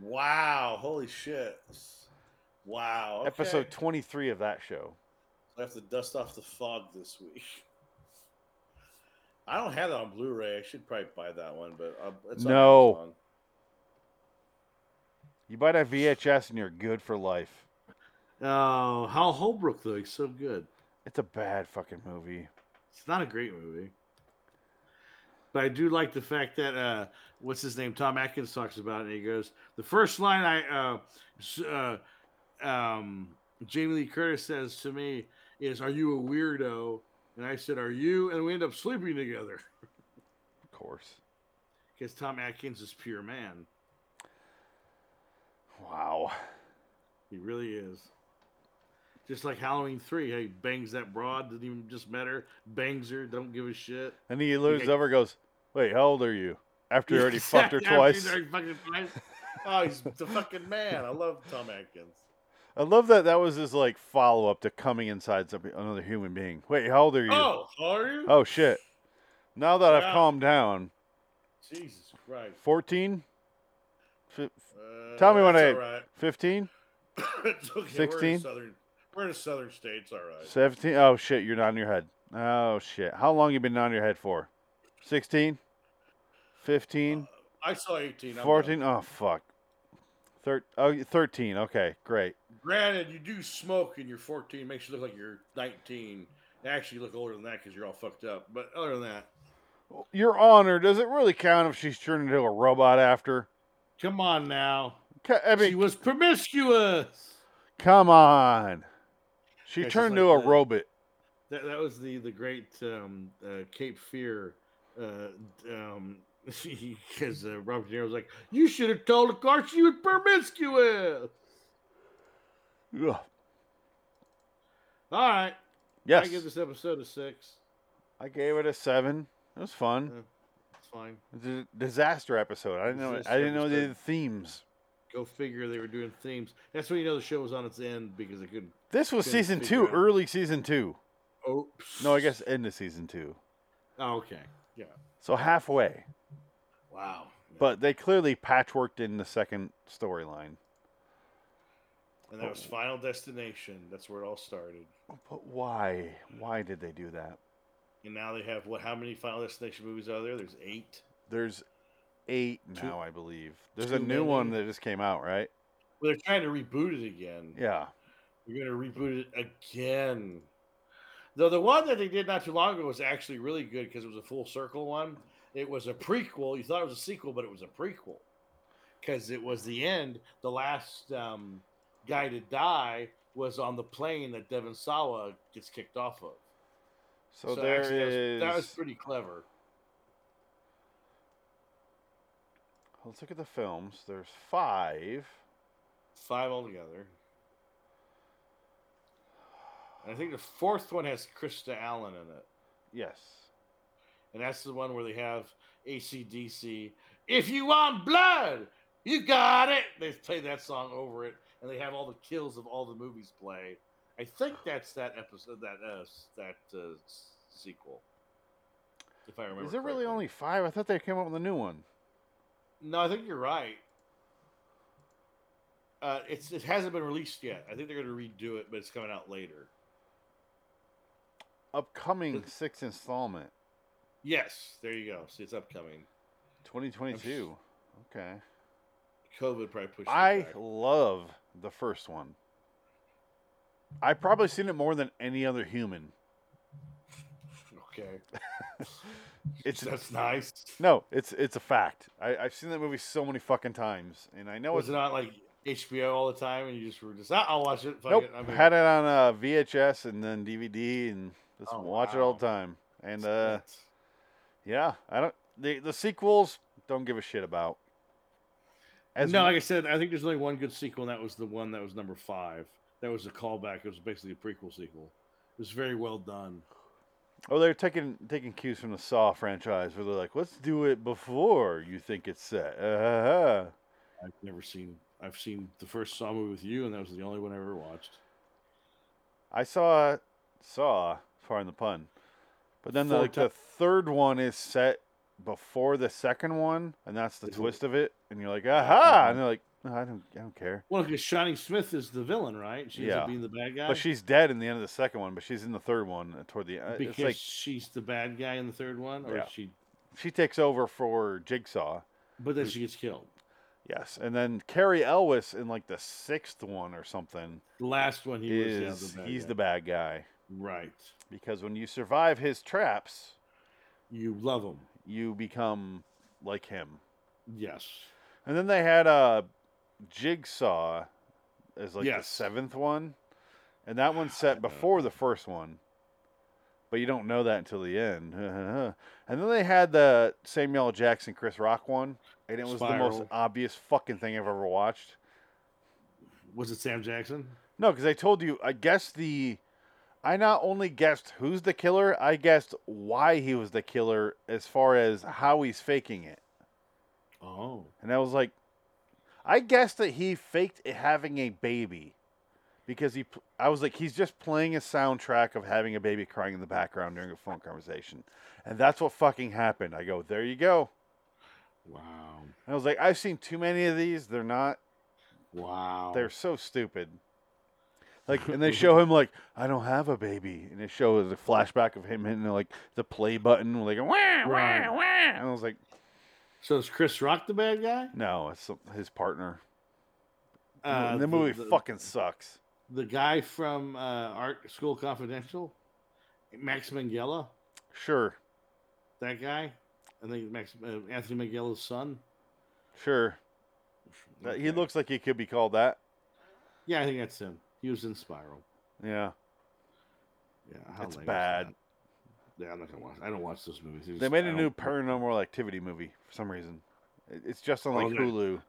A: Wow! Holy shit! Wow! okay.
B: Episode twenty-three of that show.
A: I have to dust off the fog this week. I don't have that on Blu-ray. I should probably buy that one, but uh, it's on
B: No.
A: Amazon.
B: You buy that VHS and you're good for life.
A: Oh, Hal Holbrook though, he's so good.
B: It's a bad fucking movie.
A: It's not a great movie. But I do like the fact that uh, what's his name, Tom Atkins talks about it. And he goes, the first line I, uh, s- uh, um, Jamie Lee Curtis says to me is, "Are you a weirdo?" And I said, "Are you?" And we end up sleeping together
B: Of course.
A: because Tom Atkins is pure man.
B: Wow.
A: He really is. Just like Halloween three, how he bangs that broad, didn't even just met her, bangs her, don't give a shit.
B: And he looks
A: Okay.
B: over and goes, Wait, how old are you? After you already fucked her
A: After you
B: twice.
A: already fucked her twice. Oh, he's the fucking man. I love Tom Atkins.
B: I love that that was his like follow up to coming inside some, another human being. Wait, how old are you?
A: Oh, how are you?
B: Oh, shit. Now that I've
A: Yeah.
B: calmed down,
A: Jesus Christ. Uh,
B: 14? Fi Tell me when
A: that's all
B: I.
A: right.
B: 15?
A: It's okay, We're in,
B: 16?
A: southern, we're in the southern states, all right.
B: 17? Oh, shit, you're on your head. Oh, shit. How long you been on your head for? 16? 15?
A: I saw 18. I'm
B: 14?
A: done.
B: Oh, fuck. Thir- oh, 13. Okay, great.
A: Granted, you do smoke and you're 14, makes you look like you're 19. Actually, you look older than that because you're all fucked up. But other than that,
B: Your Honor, does it really count if she's turned into a robot after?
A: come on now.
B: Ca- I mean,
A: She was promiscuous.
B: come on. She
A: Yeah, she's
B: turned
A: like
B: into a
A: the-
B: robot.
A: That, that was the the great um, uh, Cape Fear. Uh, um, because uh, Robert De Niro was like, "You should have told the car she was promiscuous."
B: Ugh.
A: All right.
B: Yes.
A: I give this episode a six.
B: I gave it a seven. It was fun.
A: It's fine.
B: It's a disaster episode. I didn't know. I
A: Disaster
B: didn't know they
A: episode.
B: did themes.
A: Go figure. They were doing themes. That's when you know the show was on its end because they couldn't.
B: This was
A: couldn't
B: season
A: figure
B: two,
A: out-
B: early season two.
A: Oh,
B: No, I guess end of season two.
A: oh, okay. Yeah.
B: So halfway.
A: Wow.
B: But they clearly patchworked in the second storyline.
A: And that was Final Destination. That's where it all started.
B: But why? Why did they do that?
A: And now they have what? How many Final Destination movies are there? There's eight.
B: There's eight
A: Too-
B: now, I believe. There's a
A: too
B: new one
A: many.
B: that just came out, right?
A: Well, they're trying to reboot it again.
B: Yeah.
A: You're gonna reboot it again. Though the one that they did not too long ago was actually really good because it was a full circle one. It was a prequel. You thought it was a sequel, but it was a prequel because it was the end. The last um, guy to die was on the plane that Devon Sawa gets kicked off of.
B: So,
A: there
B: there
A: is
B: is.
A: that was pretty clever.
B: Let's look at the films. There's five.
A: Five altogether. And I think the fourth one has Krista Allen in it.
B: Yes.
A: And that's the one where they have ACDC. If you want blood, you got it. They play that song over it, and they have all the kills of all the movies play. I think that's that episode, that uh, s- that uh, s- sequel. If I remember,
B: Is there really
A: correctly.
B: only five? I thought they came up with a new one.
A: No, I think you're right. Uh, it's it hasn't been released yet. I think they're going to redo it, but it's coming out later.
B: Upcoming sixth installment,
A: Yes, there you go. See, it's upcoming.
B: 2022. Okay.
A: COVID probably pushed. it
B: I
A: back.
B: love the first one. I've probably seen it more than any other human.
A: okay.
B: It's
A: That's nice.
B: No, it's it's a fact. I, I've seen that movie so many fucking times, and I know
A: was
B: it's
A: it not like HBO all the time, and you just were just, ah, I'll watch it. Fuck
B: nope.
A: it. I mean,
B: Had it on uh, VHS and then DVD, and just
A: Oh,
B: watch it all the time. And uh, yeah, I don't. The the sequels don't give a shit about.
A: no, like I said, I think there's only one good sequel, and that was the one that was number five. That was a callback. It was basically a prequel sequel. It was very well done.
B: Oh, they're taking taking cues from the Saw franchise, where they're like, "Let's do it before you think it's set." Uh-huh.
A: I've never seen. I've seen the first Saw movie with you, and that was the only one I ever watched.
B: I saw Saw, pardon the pun, but then the,
A: Four
B: like the
A: ti-
B: third one is set before the second one, and that's the twist of it. And you're like,
A: Uh-huh.
B: "Aha!" And they're like, "No, I don't, I don't care."
A: Well, because Shining Smith is the villain, right? She ends
B: Yeah.
A: up being the bad guy.
B: But she's dead in the end of the second one, but she's in the third one uh, toward the end.
A: because
B: it's like
A: she's the bad guy in the third one, or
B: Yeah.
A: she.
B: she takes over for Jigsaw.
A: But then she gets killed.
B: Yes, and then Carrie Elwes in like the sixth one or something.
A: The last one he was, yeah, the
B: is
A: bad
B: he's
A: guy.
B: the bad guy,
A: right?
B: Because when you survive his traps,
A: you love him.
B: You become like him.
A: Yes.
B: And then they had uh, Jigsaw as like the
A: Yes.
B: seventh one, and that one's set before the first one, but you don't know that until the end. and then they had the Samuel L. Jackson Chris Rock one, and it was the most
A: Spiral.
B: obvious fucking thing I've ever watched.
A: Was it Sam Jackson?
B: No, because I told you, I guessed the. I not only guessed who's the killer, I guessed why he was the killer as far as how he's faking it.
A: Oh.
B: And I was like, I guessed that he faked having a baby because he. p- I was like, he's just playing a soundtrack of having a baby crying in the background during a phone conversation. And that's what fucking happened. I go, there you go.
A: Wow.
B: And I was like, I've seen too many of these. They're not.
A: Wow.
B: They're so stupid. Like, and they show him like, I don't have a baby, and they show the flashback of him hitting like the play button, like wah, wah,
A: Right.
B: wah. And I was like,
A: So is Chris Rock the bad guy?
B: no, it's some- his partner.
A: Uh,
B: and the
A: the-
B: movie
A: the-
B: fucking sucks.
A: The guy from uh, Art School Confidential, Max Mangella,
B: Sure,
A: that guy. I think Max uh, Anthony Mangella's son.
B: sure. That- He looks like he could be called that.
A: Yeah, I think that's him. He was in Spiral.
B: Yeah,
A: Yeah, how
B: it's
A: lame is
B: bad.
A: that? Yeah, I'm not gonna watch. I don't watch those movies. It's
B: They
A: just-
B: made
A: I
B: a
A: don't-
B: new Paranormal Activity movie for some reason. It- It's just on
A: Oh,
B: like
A: that-
B: Hulu.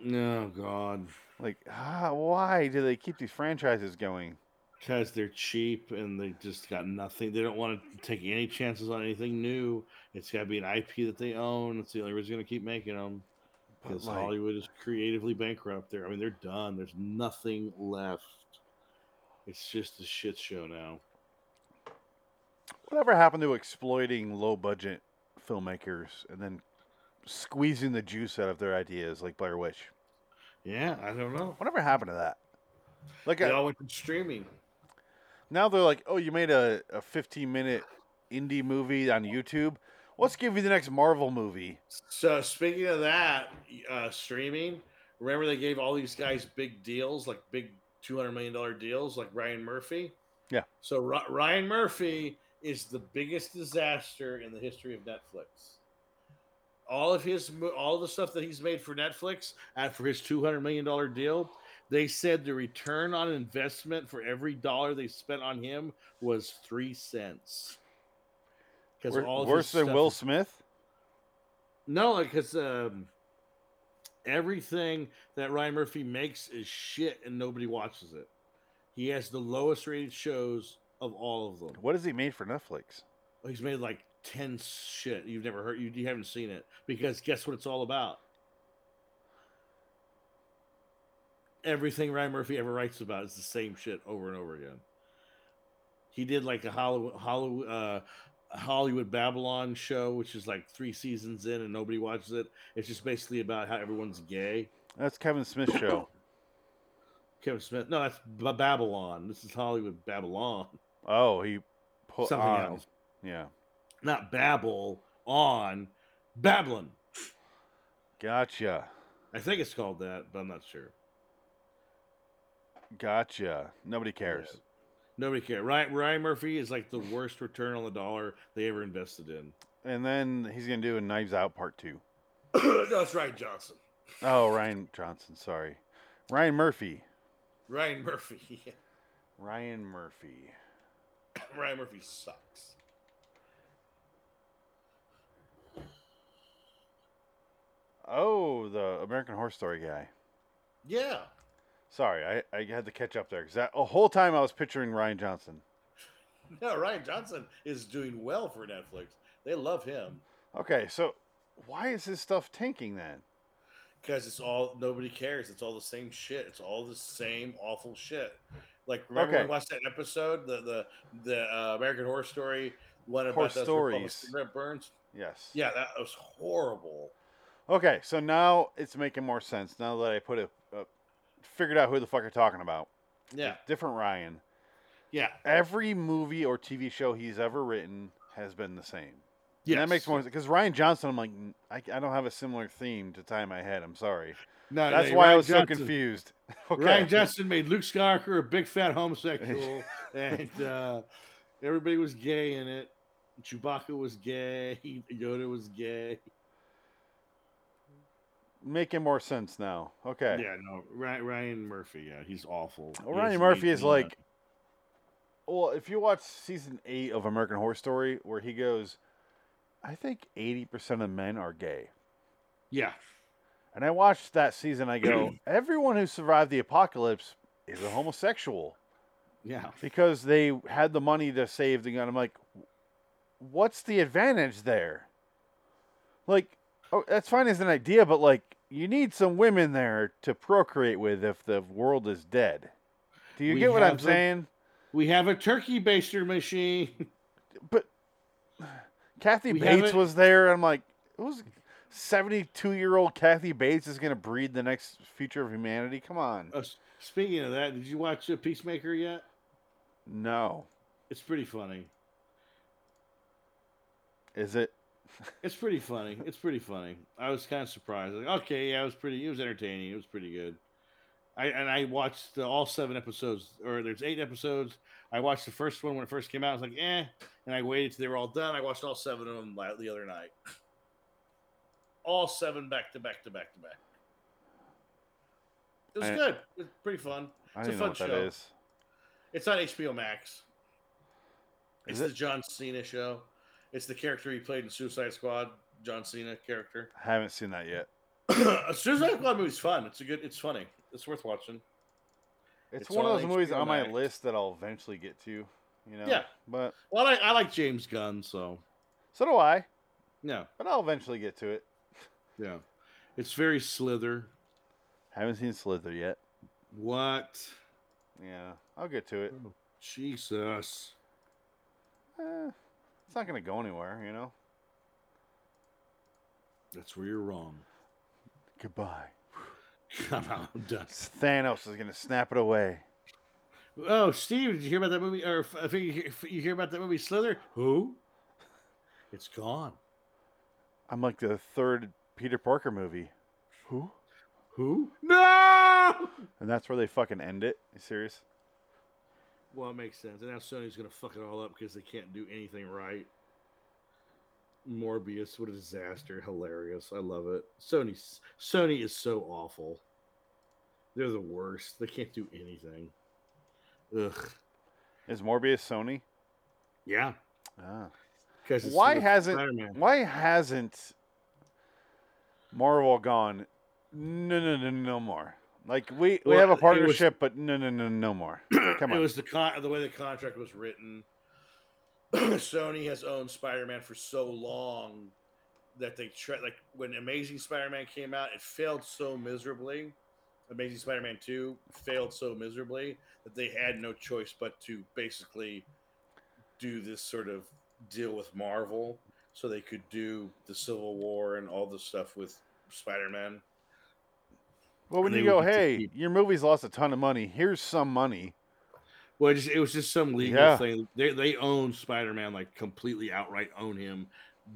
A: No God,
B: like ah, why do they keep these franchises going?
A: Because they're cheap and they just got nothing. They don't want to take any chances on anything new. It's got to be an IP that they own. It's the only reason going to keep making them.
B: But,
A: Because
B: like-
A: Hollywood is creatively bankrupt there. I mean, they're done. There's nothing left. It's just a shit show now.
B: Whatever happened to exploiting low budget filmmakers and then squeezing the juice out of their ideas like Blair Witch?
A: Yeah, I don't know.
B: Whatever happened to that? Like
A: They
B: I-
A: all went to streaming.
B: now they're like, oh, you made a, a 15 minute indie movie on YouTube. Let's give you the next Marvel movie.
A: So speaking of that, uh, streaming. Remember they gave all these guys big deals, like big two hundred million dollar deals, like Ryan Murphy.
B: Yeah.
A: So Ry- Ryan Murphy is the biggest disaster in the history of Netflix. All of his, mo- all the stuff that he's made for Netflix after his two hundred million dollar deal, they said the return on investment for every dollar they spent on him was three cents. Because
B: Wor-
A: all of his
B: worse than
A: stuff
B: Will
A: is-
B: Smith.
A: no, because um, everything that Ryan Murphy makes is shit, and nobody watches it. He has the lowest rated shows of all of them.
B: What has he made for Netflix?
A: He's made like ten shit you've never heard. You, you haven't seen it because guess what it's all about. Everything Ryan Murphy ever writes about is the same shit over and over again. He did like a Hollywood, Hollywood, uh, Hollywood Babylon show, which is like three seasons in and nobody watches it. It's just basically about how everyone's gay.
B: That's Kevin Smith's show.
A: Kevin Smith. No, that's B- Babylon. This is Hollywood Babylon.
B: Oh, he put
A: Something
B: on-
A: else.
B: Yeah.
A: Not Babel on Babylon.
B: Gotcha.
A: I think it's called that, but I'm not sure.
B: Gotcha. Nobody cares.
A: Nobody cares. Ryan, Ryan Murphy is like the worst return on the dollar they ever invested in.
B: And then he's going to do a Knives Out Part 2.
A: that's right, Johnson.
B: Oh, Ryan Johnson. Sorry. Ryan Murphy.
A: Ryan Murphy.
B: Ryan Murphy.
A: Ryan Murphy sucks.
B: Oh, the American Horror Story guy.
A: Yeah.
B: Sorry, I, I had to catch up there because that the whole time I was picturing Ryan Johnson.
A: No, Ryan Johnson is doing well for Netflix. They love him
B: Okay, so why is his stuff tanking then?
A: because it's all nobody cares. It's all the same shit. It's all the same awful shit. Like remember when
B: Okay.
A: we watched that episode, the the the uh, American Horror Story one
B: Horror
A: about those Republican
B: Stories.
A: cigarette burns.
B: Yes.
A: Yeah, that was horrible.
B: Okay, so now it's making more sense now that I put it uh, figured out who the fuck you're talking about.
A: Yeah.
B: Different Ryan.
A: Yeah.
B: Every movie or TV show he's ever written has been the same.
A: Yes.
B: Yeah. That makes more sense because Ryan Johnson. I'm like, "N- I, I don't have a similar theme to tie my head. I'm sorry.
A: No,
B: that's
A: no,
B: why I
A: Uh, Ryan
B: was so
A: Johnson-
B: confused. Okay.
A: Ryan Johnson made Luke Skywalker a big fat homosexual, and uh, everybody was gay in it. Chewbacca was gay. Yoda was gay.
B: Making more sense now. Okay.
A: Yeah, no, Ry- Ryan Murphy. Yeah, he's awful.
B: Well,
A: He uh,
B: Ryan
A: doesn't
B: Murphy
A: need
B: is
A: to be in
B: like, well, if you watch season eight of American Horror Story, where he goes, I think 80% of men are gay.
A: Yeah.
B: And I watched that season, I go, everyone who survived the apocalypse is a homosexual
A: Yeah.
B: because they had the money to save the gun. I'm like, what's the advantage there? Like, oh, that's fine as an idea, but like, you need some women there to procreate with if the world is dead. Do you
A: We
B: get what I'm
A: have a-
B: saying?
A: We have a turkey baster machine.
B: But Kathy
A: We
B: Bates
A: haven't-
B: was there. I'm like, who's 72 year old Kathy Bates is going to breed the next future of humanity? Come on.
A: Uh, s- speaking of that, did you watch uh, Peacemaker yet?
B: No.
A: It's pretty funny.
B: Is it?
A: It's pretty funny. It's pretty funny. I was kind of surprised. Like, okay, yeah, it was pretty. It was entertaining. It was pretty good. I and I watched uh, all seven episodes, or there's eight episodes. I watched the first one when it first came out. I was like, eh, and I waited till they were all done. I watched all seven of them la- the other night. All seven back to back to back to back. It was
B: I-
A: good. It's pretty fun.
B: I
A: It's a
B: don't even
A: fun
B: know what
A: show.
B: that is.
A: It's on HBO Max.
B: Is
A: It's the John Cena show. It's the character he played in Suicide Squad, John Cena character.
B: I haven't seen that yet.
A: A Suicide Squad movie's fun. It's a good. It's funny. It's worth watching.
B: It's,
A: It's
B: one of
A: on
B: those movies
A: HBO
B: on my
A: Max.
B: list that I'll eventually get to, you know?
A: Yeah.
B: But
A: Well, I, I like James Gunn, so
B: so do I,
A: yeah,
B: but I'll eventually get to it.
A: yeah. It's very Slither.
B: Haven't seen Slither yet.
A: What?
B: Yeah. I'll get to it.
A: Jesus.
B: Eh, it's not going to go anywhere, you know?
A: That's where you're wrong.
B: Goodbye.
A: Come on, I'm done.
B: Thanos is going to snap it away.
A: Oh, Steve, did you hear about that movie? Or I think you hear, you hear about that movie Slither? Who? It's gone.
B: I'm like the third Peter Parker movie. Who?
A: Who? No.
B: And that's where they fucking end it. You serious?
A: Well, it makes sense. And now Sony's going to fuck it all up because they can't do anything right. Morbius, what a disaster. Hilarious. I love it. Sony Sony is so awful. They're the worst. They can't do anything. Ugh.
B: Is Morbius Sony?
A: Yeah.
B: Ah.
A: Because
B: Why hasn't
A: Spider-Man.
B: Why hasn't Marvel gone? No, no, no, no more. Like we we
A: Well,
B: have
A: it
B: a
A: was-
B: partnership, but no, no, no, no more. Come
A: It
B: on.
A: was the con- the way the contract was written. Sony has owned Spider-Man for so long that they tried. Like when Amazing Spider-Man came out, it failed so miserably. Amazing Spider-Man Two failed so miserably that they had no choice but to basically do this sort of deal with Marvel, so they could do the Civil War and all the stuff with Spider-Man.
B: well, when
A: and
B: you
A: they
B: go,
A: would get to
B: hey, your movie's lost a ton of money. Here's some money.
A: Well, it, just, it was just some legal
B: Yeah.
A: thing. They they own Spider Man like completely outright. Own him.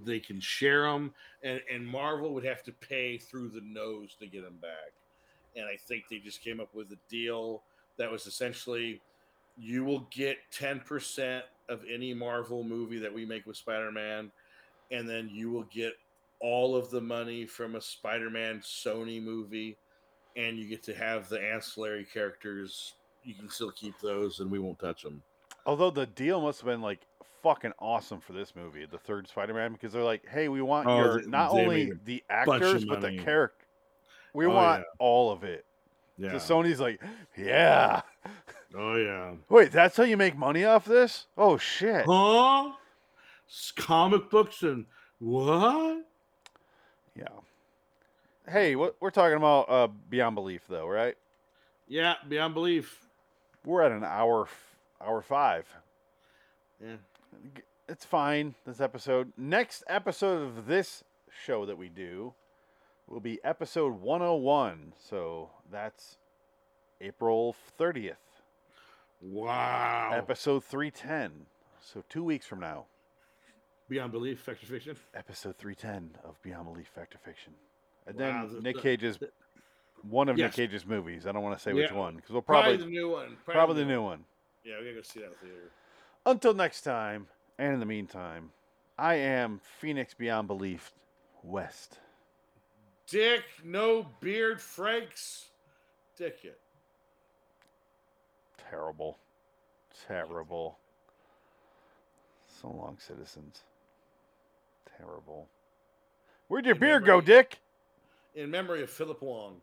A: They can share him, and and Marvel would have to pay through the nose to get him back. And I think they just came up with a deal that was essentially, you will get ten percent of any Marvel movie that we make with Spider Man, and then you will get all of the money from a Spider Man Sony movie and you get to have the ancillary characters. You can still keep those, and we won't touch them.
B: Although the deal must have been like fucking awesome for this movie, the third Spider-Man, because they're like, hey, we want
A: Oh,
B: your
A: they-
B: not
A: they
B: only
A: made a
B: the
A: bunch of
B: actors but the
A: money.
B: character. We
A: Oh,
B: want
A: yeah.
B: all of it.
A: Yeah.
B: So Sony's like, yeah.
A: Oh yeah.
B: Wait, that's how you make money off this? Oh shit.
A: Huh? S- Comic books and what?
B: Yeah. Hey, what we're talking about uh, Beyond Belief though, right?
A: Yeah, beyond belief.
B: We're at an hour f- hour 5.
A: Yeah.
B: It's fine this episode. Next episode of this show that we do will be episode 101. So that's April 30th.
A: Wow.
B: Episode 310. So 2 weeks from now.
A: Beyond belief, fact or fiction.
B: Episode 310 of Beyond Belief Fact or Fiction. And
A: Wow,
B: then
A: the-
B: Nick
A: the-
B: Cage's one of
A: Yes.
B: Nick Cage's movies. I don't want to say which
A: Yeah.
B: one cuz we'll probably
A: the new one.
B: Probably, the new one.
A: Yeah, we gotta go see that in the theater.
B: Until next time, and in the meantime, I am Phoenix Beyond Belief West.
A: Dick, no beard, Franks. Dick it.
B: Terrible. Terrible. So long, citizens. Terrible. Where'd your beer go, Dick?
A: In memory of Philip Wong.